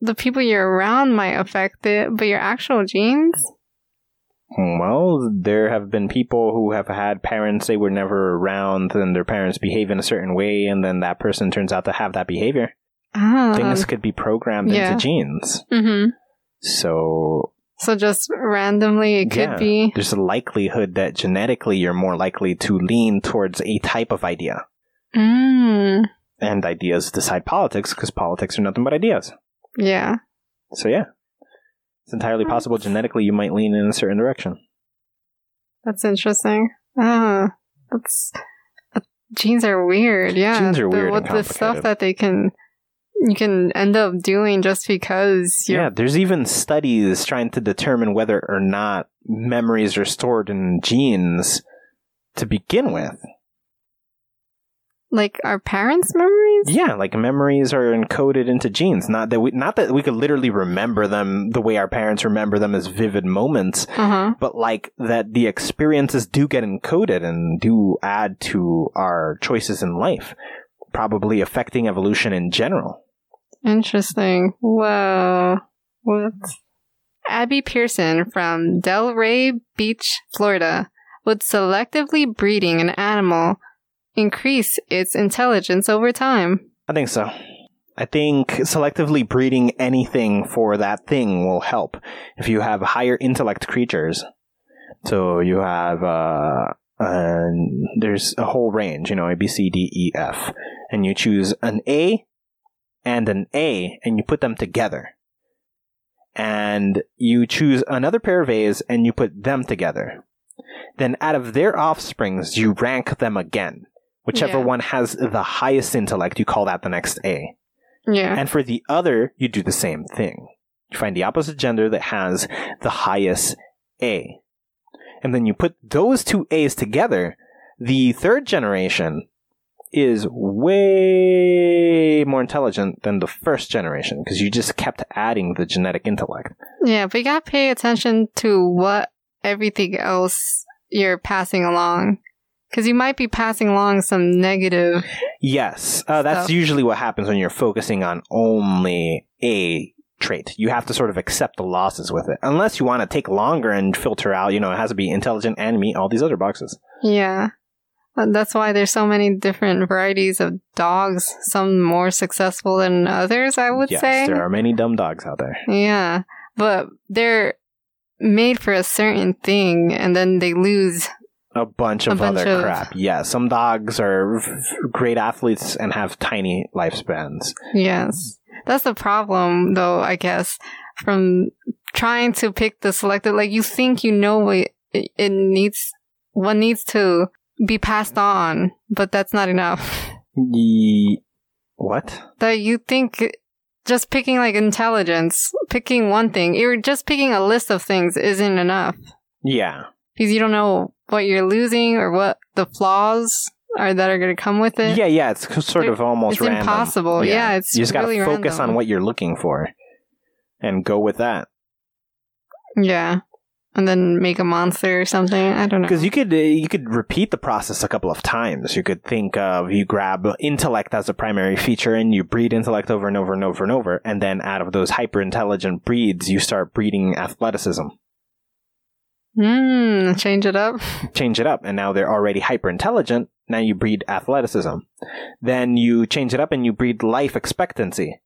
The people you're around might affect it, but your actual genes?
Well, there have been people who have had parents they were never around, and their parents behave in a certain way, and then that person turns out to have that behavior.
Ah.
Things could be programmed
yeah.
into genes.
hmm
So
So just randomly, it could
Yeah.
be.
there's a likelihood that genetically you're more likely to lean towards a type of idea.
Mm.
And ideas decide politics because politics are nothing but ideas.
Yeah.
So, yeah. It's entirely possible genetically you might lean in a certain direction.
That's interesting. Ah, that's uh, genes are weird. Yeah,
Genes are
The-
weird
What
and
the stuff
complicated.
that they can you can end up doing just because you're
Yeah, there's even studies trying to determine whether or not memories are stored in genes to begin with.
like our parents' memories.
Yeah, like memories are encoded into genes. Not that we not that we could literally remember them the way our parents remember them as vivid moments,
Uh huh.
but like that the experiences do get encoded and do add to our choices in life, probably affecting evolution in general.
Interesting. Whoa. What? Abby Pearson from Delray Beach, Florida, would selectively breeding an animal increase its intelligence over time.
I think so. I think selectively breeding anything for that thing will help. If you have higher intellect creatures, so you have uh, uh, there's a whole range, you know, A B C D E F, and you choose an A and an A, and you put them together, and you choose another pair of A's, and you put them together, Then out of their offsprings, you rank them again. Whichever
Yeah.
one has the highest intellect, you call that the next A.
Yeah.
And for the other, you do the same thing. You find the opposite gender that has the highest A. And then you put those two A's together. The third generation is way more intelligent than the first generation because you just kept adding the genetic intellect.
Yeah. But you got to pay attention to what everything else you're passing along. Because you might be passing along some negative.
Yes, uh, that's
So-
usually what happens when you're focusing on only a trait. You have to sort of accept the losses with it, unless you want to take longer and filter out. You know, it has to be intelligent and meet all these other boxes.
Yeah. And That's why there's so many different varieties of dogs, some more successful than others, I would
yes,
say.
there are many dumb dogs out there.
Yeah, but they're made for a certain thing, and then they lose.
A bunch
A
of
bunch
other
of-
crap. Yeah, some dogs are f- f- great athletes and have tiny lifespans.
Yes, that's the problem, though. I guess from trying to pick the selected, like you think you know what it, it needs, what needs to be passed on, but that's not enough.
Ye- what?
That you think. Just picking like intelligence, picking one thing, you're just picking a list of things isn't enough.
Yeah,
because you don't know what you're losing or what the flaws are that are going to come with it.
yeah, yeah. It's c- sort
There-
of almost
it's
random.
impossible. Yeah, it's
you just gotta
really
focus
random.
on what you're looking for, and go with that.
Mm-hmm. Yeah, and then make a monster or something. I don't know.
Because you could uh, you could repeat the process a couple of times. You could think of you grab intellect as a primary feature, and you breed intellect over and over and over and over, and then out of those hyper intelligent breeds, you start breeding athleticism.
Hmm, change it up.
Change it up, and now they're already hyper intelligent. Now you breed athleticism. Then you change it up, and you breed life expectancy.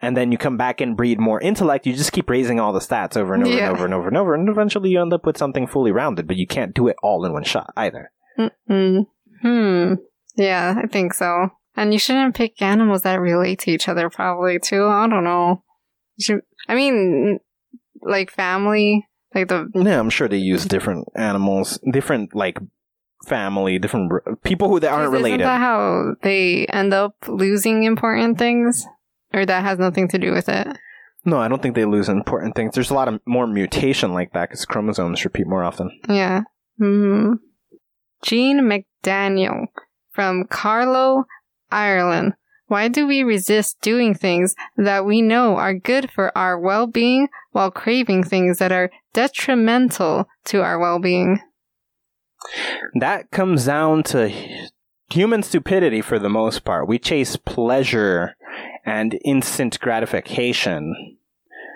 And then you come back and breed more intellect. You just keep raising all the stats over and over
Yeah.
and over and over and over, and eventually you end up with something fully rounded. But you can't do it all in one shot either.
Mm-mm. Hmm. Yeah, I think so. And you shouldn't pick animals that relate to each other, probably too. I don't know. You should, I mean, like family, like the
Yeah, I'm sure they use different animals, different like family, different r- people who that aren't
Is-
related.
Isn't that how they end up losing important things? Or that has nothing to do with it?
no, I don't think they lose important things. There's a lot of more mutation like that because chromosomes repeat more often.
Yeah. Hmm. Jean McDaniel from Carlow, Ireland. Why do we resist doing things that we know are good for our well being while craving things that are detrimental to our well being?
That comes down to h- human stupidity for the most part. We chase pleasure and instant gratification.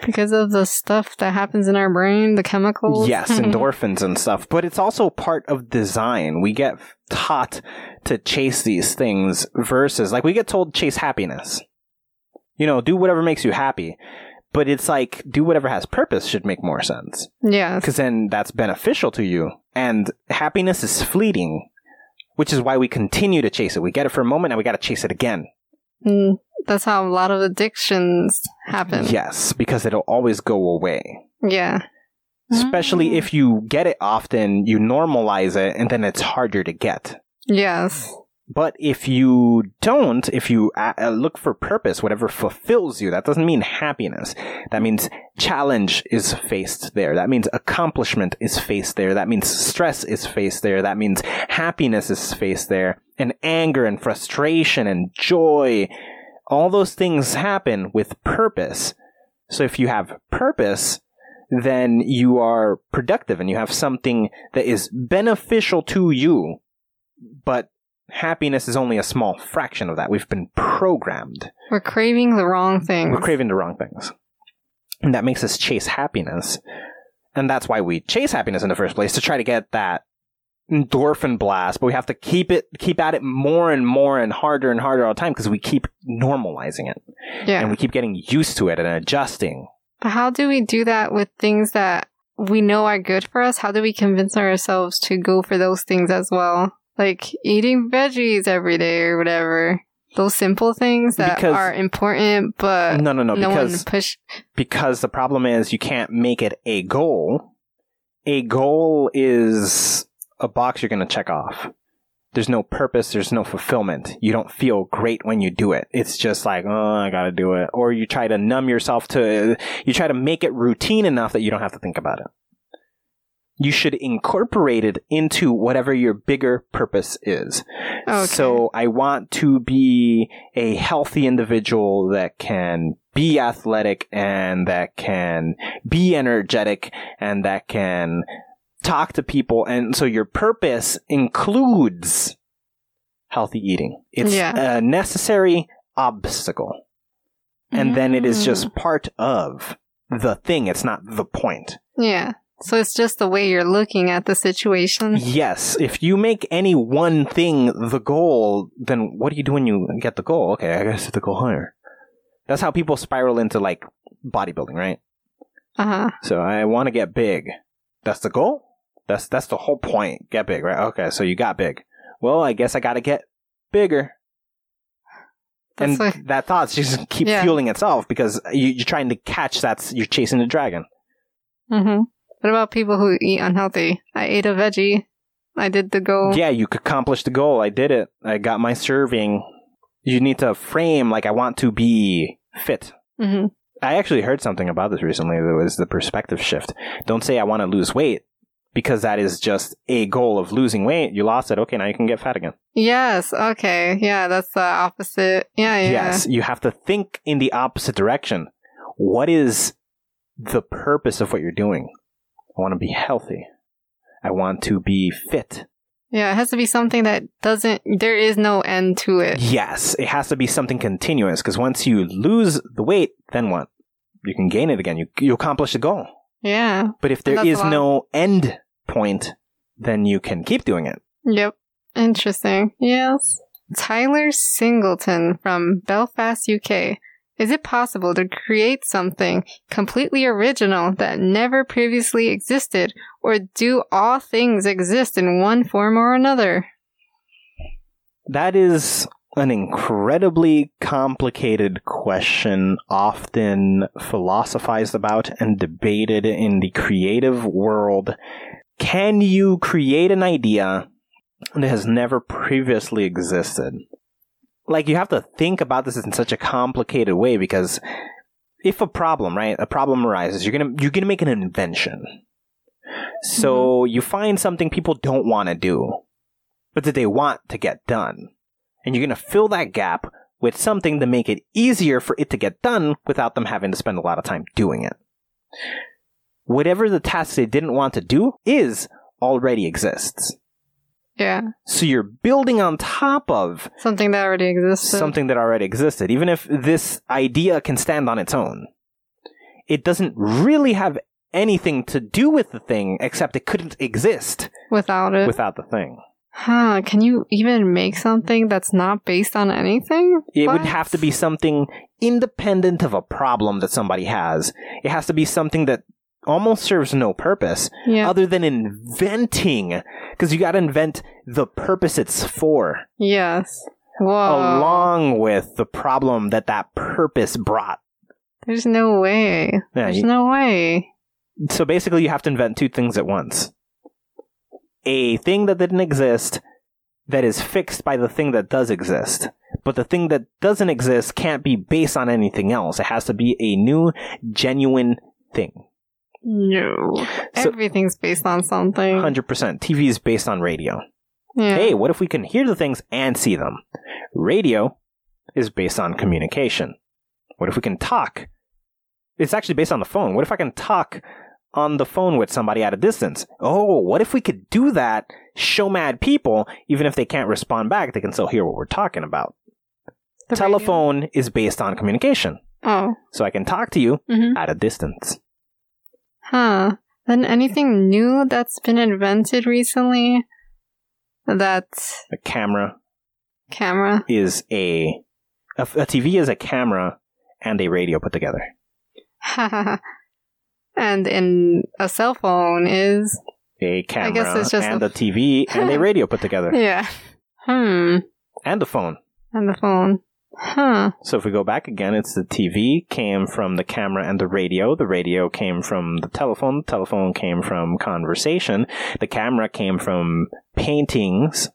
Because of the stuff that happens in our brain, the chemicals? Hmm.
Yes, endorphins and stuff, but it's also part of design. We get taught to chase these things versus like we get told chase happiness. You know, do whatever makes you happy. But it's like do whatever has purpose should make more sense
yes.
because then that's beneficial to you and happiness is fleeting, which is why we continue to chase it. We get it for a moment and we got to chase it again.
Mm, that's how a lot of addictions happen.
Yes, because it'll always go away.
Yeah.
Especially
Mm.
if you get it often, you normalize it and then it's harder to get.
Yes.
But if you don't, if you uh, uh, look for purpose, whatever fulfills you, that doesn't mean happiness. That means challenge is faced there. That means accomplishment is faced there. That means stress is faced there. That means happiness is faced there. And anger and frustration and joy. All those things happen with purpose. So if you have purpose, then you are productive and you have something that is beneficial to you. But happiness is only a small fraction of that. We've been programmed.
We're craving the wrong things.
We're craving the wrong things. And that makes us chase happiness. And that's why we chase happiness in the first place to try to get that endorphin blast, but we have to keep it keep at it more and more and harder and harder all the time because we keep normalizing it.
yeah.
And we keep getting used to it and adjusting.
But how do we do that with things that we know are good for us? How do we convince ourselves to go for those things as well? Like eating veggies every day or whatever. Those simple things that
Because-
are important, but
No, no, no,
Uh, no, one
because
push.
because the problem is you can't make it a goal. A goal is a box you're going to check off. There's no purpose, there's no fulfillment. You don't feel great when you do it. It's just like, oh, I got to do it. Or you try to numb yourself to, you try to make it routine enough that you don't have to think about it. You should incorporate it into whatever your bigger purpose is.
oh, Okay.
So I want to be a healthy individual that can be athletic and that can be energetic and that can talk to people. And so your purpose includes healthy eating. It's
Yeah.
a necessary obstacle. And then it is
Mm.
just part of the thing. It's not the point.
Mm. Yeah. So it's just the way you're looking at the situation.
Yes, if you make any one thing the goal, then what do you do when you get the goal? Okay, I gotta set the goal higher. That's how people spiral into like bodybuilding, right?
Uh huh.
So I want to get big. That's the goal. That's that's the whole point. Get big, right? Okay, so you got big. Well, I guess I gotta get bigger,
That's
and
like,
that thought just keep
Yeah.
fueling itself because you, you're trying to catch that. You're chasing the dragon.
hmm What about people who eat unhealthy? I ate a veggie. I did the goal.
yeah, you could accomplish the goal. I did it. I got my serving. You need to frame like I want to be fit.
hmm
I actually heard something about this recently that was the perspective shift. Don't say I want to lose weight because that is just a goal of losing weight. You lost it. Okay, now you can get fat again.
Yes. Okay. Yeah. That's the opposite. Yeah. Yeah.
Yes, you have to think in the opposite direction. What is the purpose of what you're doing? I want to be healthy. I want to be fit.
Yeah. It has to be something that doesn't. There is no end to it.
Yes, it has to be something continuous because once you lose the weight, then what? You can gain it again. You you accomplish the goal.
Yeah.
But if
And
there
that's
is
a lot.
no end point, then you can keep doing it.
Yep. Interesting. Yes. Tyler Singleton from Belfast, UK. Is it possible to create something completely original that never previously existed, or do all things exist in one form or another?
That is an incredibly complicated question, often philosophized about and debated in the creative world. Can you create an idea that has never previously existed? Like, you have to think about this in such a complicated way because if a problem, right, a problem arises, you're gonna you're gonna make an invention. So you find something people don't want to do, but that they want to get done. And you're going to fill that gap with something to make it easier for it to get done without them having to spend a lot of time doing it. Whatever the task they didn't want to do is already exists.
Yeah.
So you're building on top of
Something that already existed.
something that already existed, even if this idea can stand on its own. It doesn't really have anything to do with the thing except it couldn't exist
without it.
without the thing.
huh. Can you even make something that's not based on anything?
It
What?
would have to be something independent of a problem that somebody has. It has to be something that almost serves no purpose
Yeah.
other than inventing because you got to invent the purpose it's for
yes. Whoa.
along with the problem that that purpose brought.
There's no way.
Yeah,
There's
you-
no way.
so basically you have to invent two things at once. A thing that didn't exist that is fixed by the thing that does exist. But the thing that doesn't exist can't be based on anything else. It has to be a new, genuine thing.
No.
So-
Everything's based on something.
100%. TV is based on radio.
Yeah.
Hey, what if we can hear the things and see them? Radio is based on communication. What if we can talk? It's actually based on the phone. What if I can talk on the phone with somebody at a distance? Oh, what if we could do that? Show mad people, even if they can't respond back, they can still hear what we're talking about.
The Oh.
Telephone is based on communication.
radio.
So I can talk to you
Oh. hmm
at a distance.
Huh. Then anything new that's been invented recently? That
A camera
camera.
is a, a, a TV is a camera and a radio put together.
and in a cell phone is.
a camera
guess it's just
and
a-
a TV and a radio put together
Yeah. Hmm.
and a phone.
And the phone. Huh.
So if we go back again, it's the TV came from the camera and the radio. The radio came from the telephone. The telephone came from conversation. The camera came from paintings.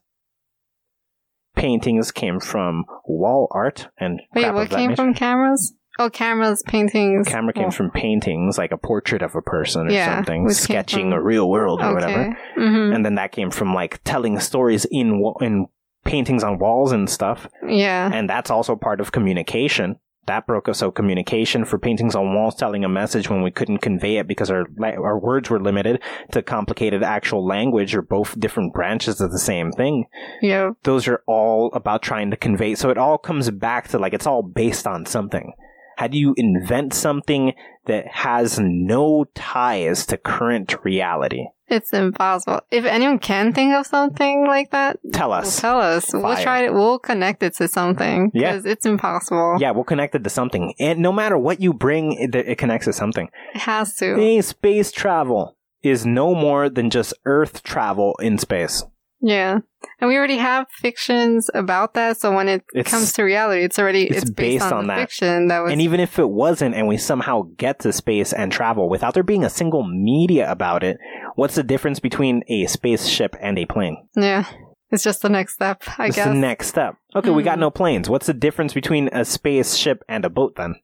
Paintings came from wall art and
Wait,
crap
what
of that
came
nature.
from cameras? Oh, cameras, paintings.
Camera came
Oh,
from paintings, like a portrait of a person or
Yeah,
something,
which came
sketching
from-
a real world or whatever.
Okay. hmm
And then that came from like telling stories in wa- in paintings on walls and stuff.
Yeah.
and that's also part of communication. That broke us. So communication for paintings on walls telling a message when we couldn't convey it because our la- our words were limited to complicated actual language or both different branches of the same thing.
Yeah.
Those are all about trying to convey. So it all comes back to like it's all based on something. How do you invent something that has no ties to current reality?
It's impossible. If anyone can think of something like that,
Tell
well,
us.
tell us. We'll
Fire.
try it. We'll connect it to something.
Yeah.
'cause it's impossible.
Yeah, we're connected to something, and no matter what you bring, it, it connects to something.
It has to.
Hey, space travel is no more than just Earth travel in space.
Yeah. And we already have fictions about that, so when it
It's-
comes to reality, it's already
it's
it's, based,
based
on,
on
the
that.
fiction that was
And e- even if it wasn't, and we somehow get to space and travel without there being a single media about it, what's the difference between a spaceship and a plane?
yeah. It's just the next step, I
it's
guess.
the next step. Okay, we got
Hmm.
no planes. What's the difference between a spaceship and a boat then?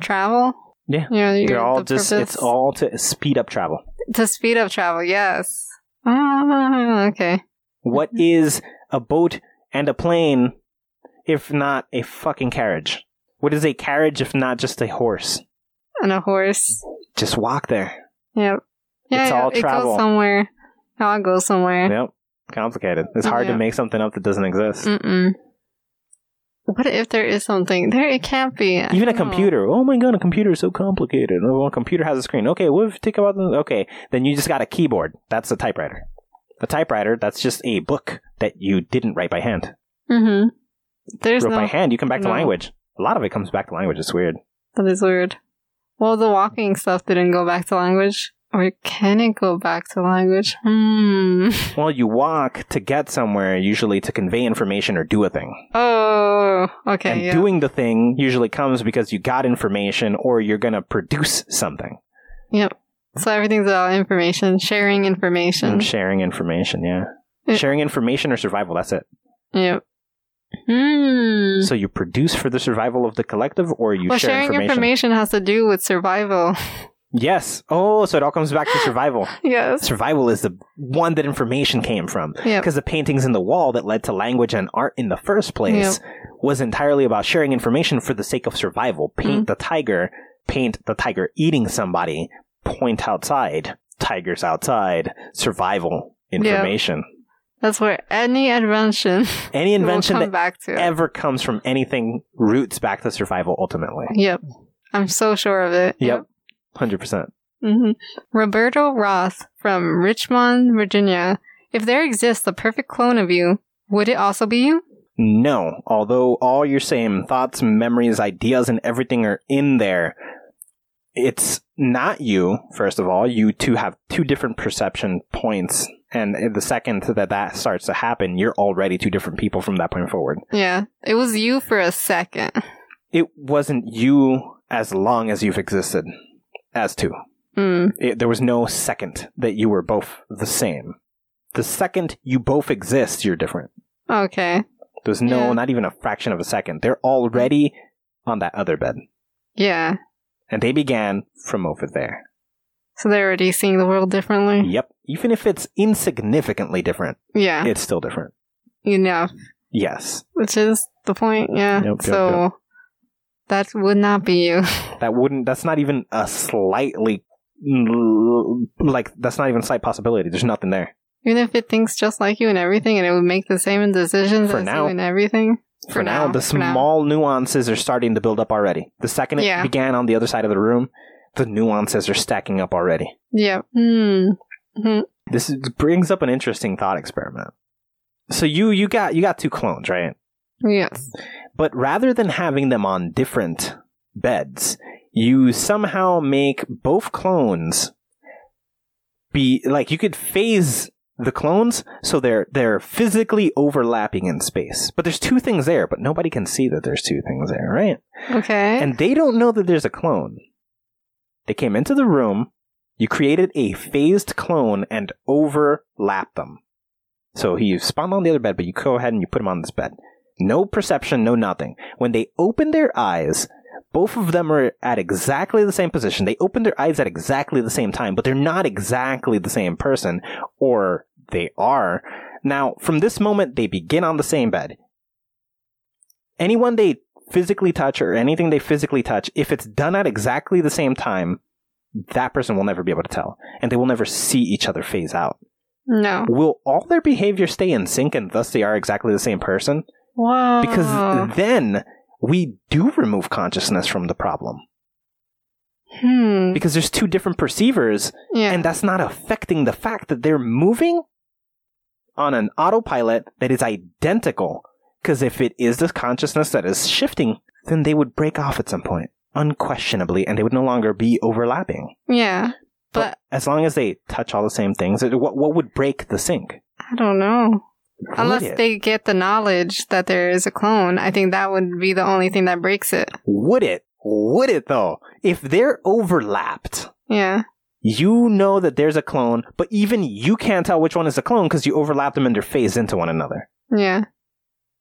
travel.
Yeah.
You know,
They're
you-
all
the
just,
purpose-
it's all to speed up travel.
to speed up travel. Yes. Ah, okay.
What is a boat and a plane if not a fucking carriage? What is a carriage if not just a horse?
And a horse.
Just walk there.
Yep. Yeah,
It's
yeah,
all
it
travel.
goes somewhere. I'll go somewhere.
Yep. Complicated. It's hard
Yeah. Mm,
to make something up that doesn't exist.
Mm-mm. What if there is something there? It can't be. I
Even a
don't know.
computer. Oh my god, a computer is so complicated. Oh, well, a computer has a screen. Okay, what if you think about the Okay, then you just got a keyboard. That's a typewriter. A typewriter, that's just a book that you didn't write by hand.
Mhm. There's
wrote
no.
by hand, you come back to
no.
language. A lot of it comes back to language. It's weird.
That is weird. Well, the walking stuff didn't go back to language. Or can it go back to language? Hmm.
Well, you walk to get somewhere, usually to convey information or do a thing.
Oh, okay.
and
yeah.
doing the thing usually comes because you got information or you're going to produce something.
Yep. So everything's about information, sharing information.
And sharing information, yeah.
Yeah.
Sharing information or survival, that's it.
yep. Hmm.
So you produce for the survival of the collective or you
well,
share
sharing
information?
information has to do with survival.
Yes. Oh, so it all comes back to
Ah!
survival.
yes.
survival is the one that information came from.
Yep.
Because the paintings in the wall that led to language and art in the first place was entirely about sharing information for the sake of survival.
Mm-hmm.
Paint the tiger, paint the tiger eating somebody, point outside, tigers outside, survival information.
That's where any invention
Any invention
will
that
come back to.
ever comes from anything roots back to survival ultimately.
yep. I'm so sure of it.
Yep. 100%.
hmm Roberto Roth from Richmond, Virginia. If there exists a perfect clone of you, would it also be you?
No, although all your same thoughts, memories, ideas, and everything are in there, it's not you, first of all. You two have two different perception points. And the second that that starts to happen, you're already two different people from that point forward.
Yeah. It was you for a second.
It wasn't you as long as you've existed as two.
Mm.
it, there was no second that you were both the same. The second you both exist, you're different.
Okay.
There's no,
Yeah.
not even a fraction of a second. They're already on that other bed.
Yeah.
And they began from over there.
So they're already seeing the world differently?
Yep. Even if it's insignificantly different,
Mm. Yeah.
it's still different.
Enough.
Yes.
Which is the point. Yeah.
Yep, yep,
so that would not be you.
That wouldn't, that's not even a slightly, like, that's not even a slight possibility. There's nothing there.
Even if it thinks just like you and everything and it would make the same decisions
For
as
now.
you and everything.
For, now, the
for now.
small nuances are starting to build up already. The second it
Yeah.
began on the other side of the room, the nuances are stacking up already.
Yeah. Hmm.
This is- brings up an interesting thought experiment. So you you got you got two clones, right?
Yes.
But rather than having them on different beds, you somehow make both clones be like you could phase the clones, so they're they're physically overlapping in space. But there's two things there, but nobody can see that there's two things there, right?
Okay.
And they don't know that there's a clone. They came into the room, you created a phased clone and overlap them. So he spawned on the other bed, but you go ahead and you put him on this bed. No perception, no nothing. When they open their eyes, both of them are at exactly the same position. They open their eyes at exactly the same time, but they're not exactly the same person, or they are. Now, from this moment, they begin on the same bed. Anyone they physically touch or anything they physically touch, if it's done at exactly the same time, that person will never be able to tell, and they will never see each other phase out.
no.
Will all their behavior stay in sync and thus they are exactly the same person?
Wow.
Because
Uh-huh.
then we do remove consciousness from the problem.
hmm.
Because there's two different perceivers,
Yeah.
and that's not affecting the fact that they're moving on an autopilot that is identical. Because if it is this consciousness that is shifting, then they would break off at some point, unquestionably, and they would no longer be overlapping. Oh.
yeah. But
as long as they touch all the same things, it- what what would break the sync?
I don't know.
Would
Unless
it?
they get the knowledge that there is a clone, I think that would be the only thing that breaks it.
would it would it though? If they're overlapped,
Yeah.
you know that there's a clone, but even you can't tell which one is a clone because you overlap them and they're phased into one another.
Yeah.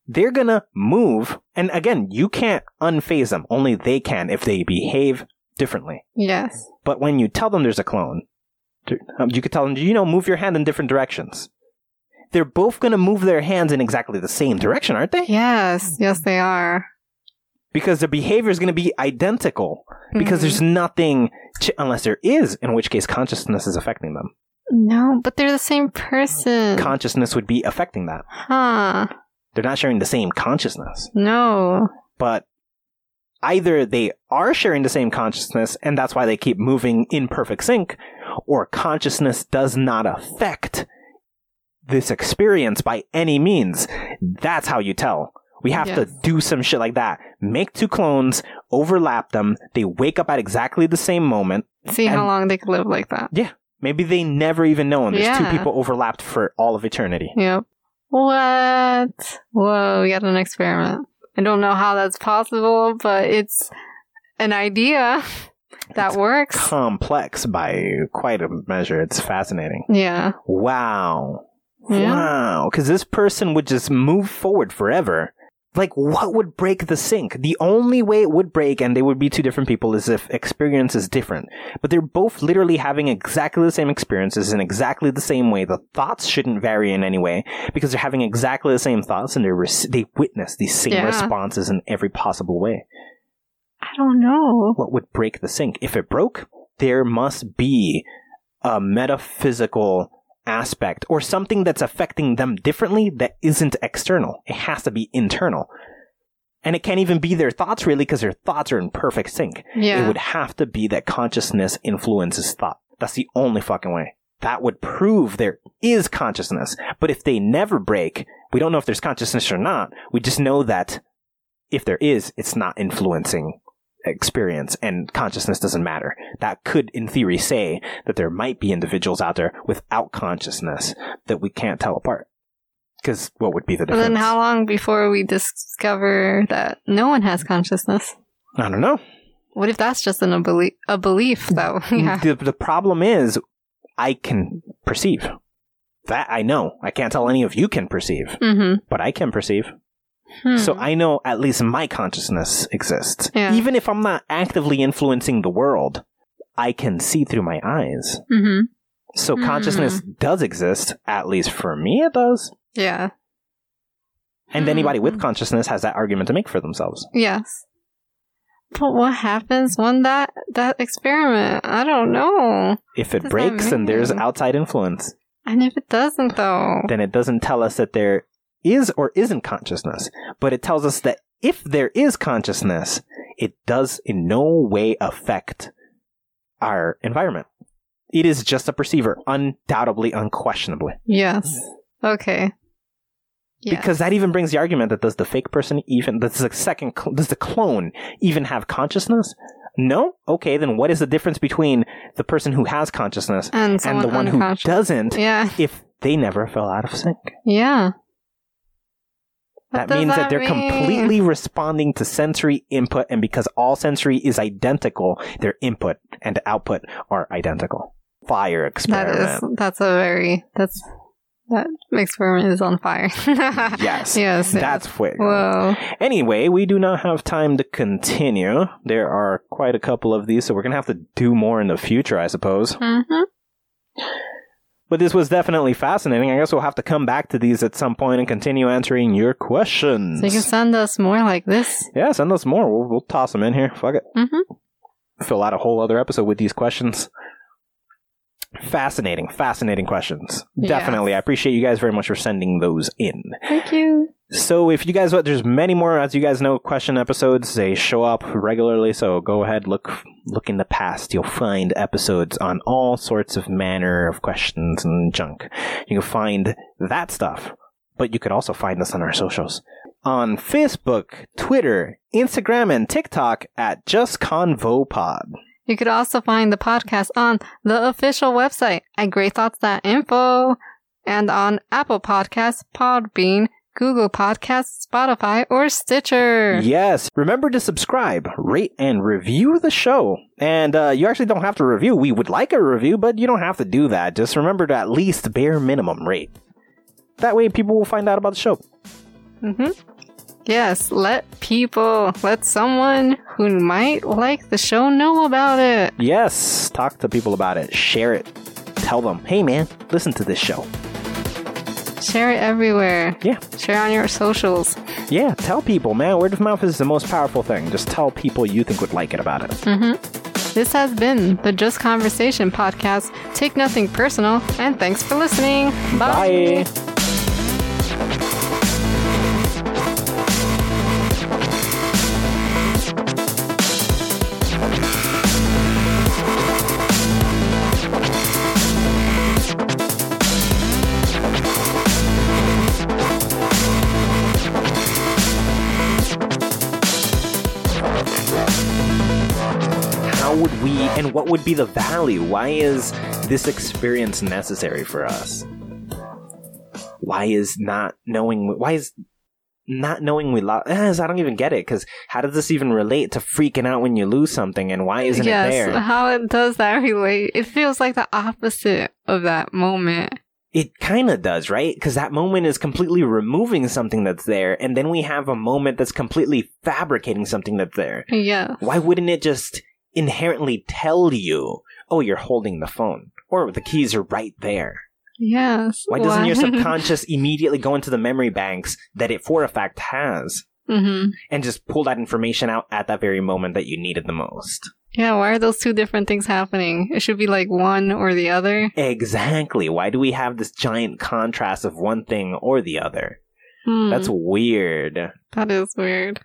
They're gonna move, and again, you can't unphase them. Only they can if they behave differently.
Yes.
But when you tell them there's a clone, th- um, you could tell them, you know, move your hand in different directions. They're both gonna move their hands in exactly the same direction, aren't they?
Yes. Yes, they are.
because their behavior is going to be identical because there's nothing ch- unless there is in which case consciousness is affecting them
Mm-hmm. no, but they're the same person.
consciousness would be affecting that
huh.
they're not sharing the same consciousness
No.
but either they are sharing the same consciousness and that's why they keep moving in perfect sync or consciousness does not affect this experience by any means that's how you tell we have to
Yes.
do some shit like that make two clones overlap them they wake up at exactly the same moment
See how
And-
long they could live like that.
maybe they never even know and there's
Yeah.
two people overlapped for all of eternity
Yep. What? Whoa, we got an experiment. I don't know how that's possible, but it's an idea that
It's
works.
complex by quite a measure it's fascinating
yeah.
Wow.
Yeah.
Wow. Because this person would just move forward forever. Like, what would break the sync? The only way it would break and they would be two different people is if experience is different. But they're both literally having exactly the same experiences in exactly the same way. The thoughts shouldn't vary in any way because they're having exactly the same thoughts and they're res- they witness these same
Yeah.
responses in every possible way.
I don't know.
What would break the sync? If it broke, there must be a metaphysical aspect or something that's affecting them differently that isn't external. It has to be internal. And it can't even be their thoughts really because their thoughts are in perfect sync.
Yeah.
It would have to be that consciousness influences thought. That's the only fucking way. That would prove there is consciousness. But if they never break, we don't know if there's consciousness or not. We just know that if there is, it's not influencing experience and consciousness doesn't matter. That could, in theory, say that there might be individuals out there without consciousness that we can't tell apart. Because what would be the
but
difference?
then how long before we discover that no one
Mm-hmm.
has consciousness?
I don't know.
What if that's just an, a, belie- a belief, though? yeah.
The, the problem is, I can perceive. That I know. I can't tell any of you can perceive,
Mm-hmm. Hmm.
but I can perceive. So I know at least my consciousness exists.
Yeah.
Even if I'm not actively influencing the world, I can see through my eyes.
hmm
So
Hmm.
consciousness does exist, at least for me it does.
Yeah.
And anybody
Hmm.
with consciousness has that argument to make for themselves.
Yes. But what happens when that that experiment? I don't know.
If it
Does that
breaks and there's
mean-
outside influence,
And if it doesn't, though,
then it doesn't tell us that there is or isn't consciousness, but it tells us that if there is consciousness, it does in no way affect our environment. It is just a perceiver, undoubtedly, unquestionably.
Yes. Okay. Yeah.
Because that even brings the argument that does the fake person even does the second cl- does the clone even have consciousness? No. Okay, then what is the difference between the person who has consciousness
and
and
someone
the one who
unconscious.
doesn't?
yeah.
If they never fell out of sync.
Yeah. What
That
does
means that, they're
mean?
completely responding to sensory input, and because all sensory is identical, their input and output are identical. Fire
That
experiment.
is. That's a very. That's that experiment is on fire.
Yes.
yes. Yes.
That's Fuego.
Whoa.
Anyway, we do not have time to continue. There are quite a couple of these, so we're going to have to do more in the future, I suppose.
hmm
But this was definitely fascinating. I guess we'll have to come back to these at some point and continue answering your questions.
So you can send us more like this.
yeah, send us more. We'll, we'll toss them in here. Fuck it.
hmm
Fill out a whole other episode with these questions. Fascinating, fascinating questions.
Yes.
Definitely. I appreciate you guys very much for sending those in.
Thank you.
So if you guys want, there's many more. As you guys know, question episodes they show up regularly. So go ahead, look look in the past. You'll find episodes on all sorts of manner of questions and junk. You can find that stuff, but you could also find us on our socials on Facebook, Twitter, Instagram, and TikTok at Just Convo Pod.
You could also find the podcast on the official website at greatthoughts.info and on Apple Podcasts, Podbean, Google Podcasts, Spotify, or Stitcher.
Yes. Remember to subscribe, rate, and review the show. And uh, you actually don't have to review. We would like a review, but you don't have to do that. Just remember to at least bare minimum rate. That way, people will find out about the show.
hmm Yes, let people, let someone who might like the show know about it.
Yes, talk to people about it. Share it. Tell them, hey man, listen to this show.
Share it everywhere.
Yeah,
Share on your socials.
yeah, tell people, man. Word of mouth is the most powerful thing. Just tell people you think would like it about it.
This has been the Just Conversation podcast. Take nothing personal, and thanks for listening.
Bye. how would we and what would be the value why is this experience necessary for us why is not knowing why is not knowing we lost i don't even get it because how does this even relate to freaking out when you lose something and why isn't
yes,
it there
how it does that relate? It feels like the opposite of that moment.
it kind of does right because that moment is completely removing something that's there and then we have a moment that's completely fabricating something that's there
Yeah.
why wouldn't it just inherently tell you, oh, you're holding the phone? Or the keys are right there.
Yes.
Why doesn't your subconscious immediately go into the memory banks that it for a fact has
hmm
and just pull that information out at that very moment that you needed the most?
Yeah, why are those two different things happening? It should be like one or the other.
Exactly. Why do we have this giant contrast of one thing or the other?
Hmm,
That's weird.
that is weird.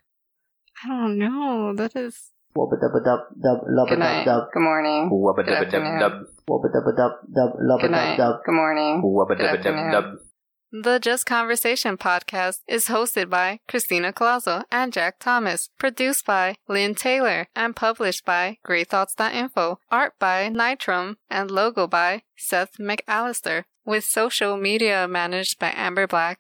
I don't know. That is.
Wubba dubba dub dub
Good
lubba dub
night.
dub
Good morning. Good afternoon.
wubba dubba dub dub lubba
Good night.
dub dub
Good morning.
Wubba
Good afternoon. The Just Conversation podcast is hosted by Christina Colazo and Jack Thomas, produced by Lynn Taylor, and published by GreatThoughts.info, art by Nitrum, and logo by Seth McAllister, with social media managed by Amber Black.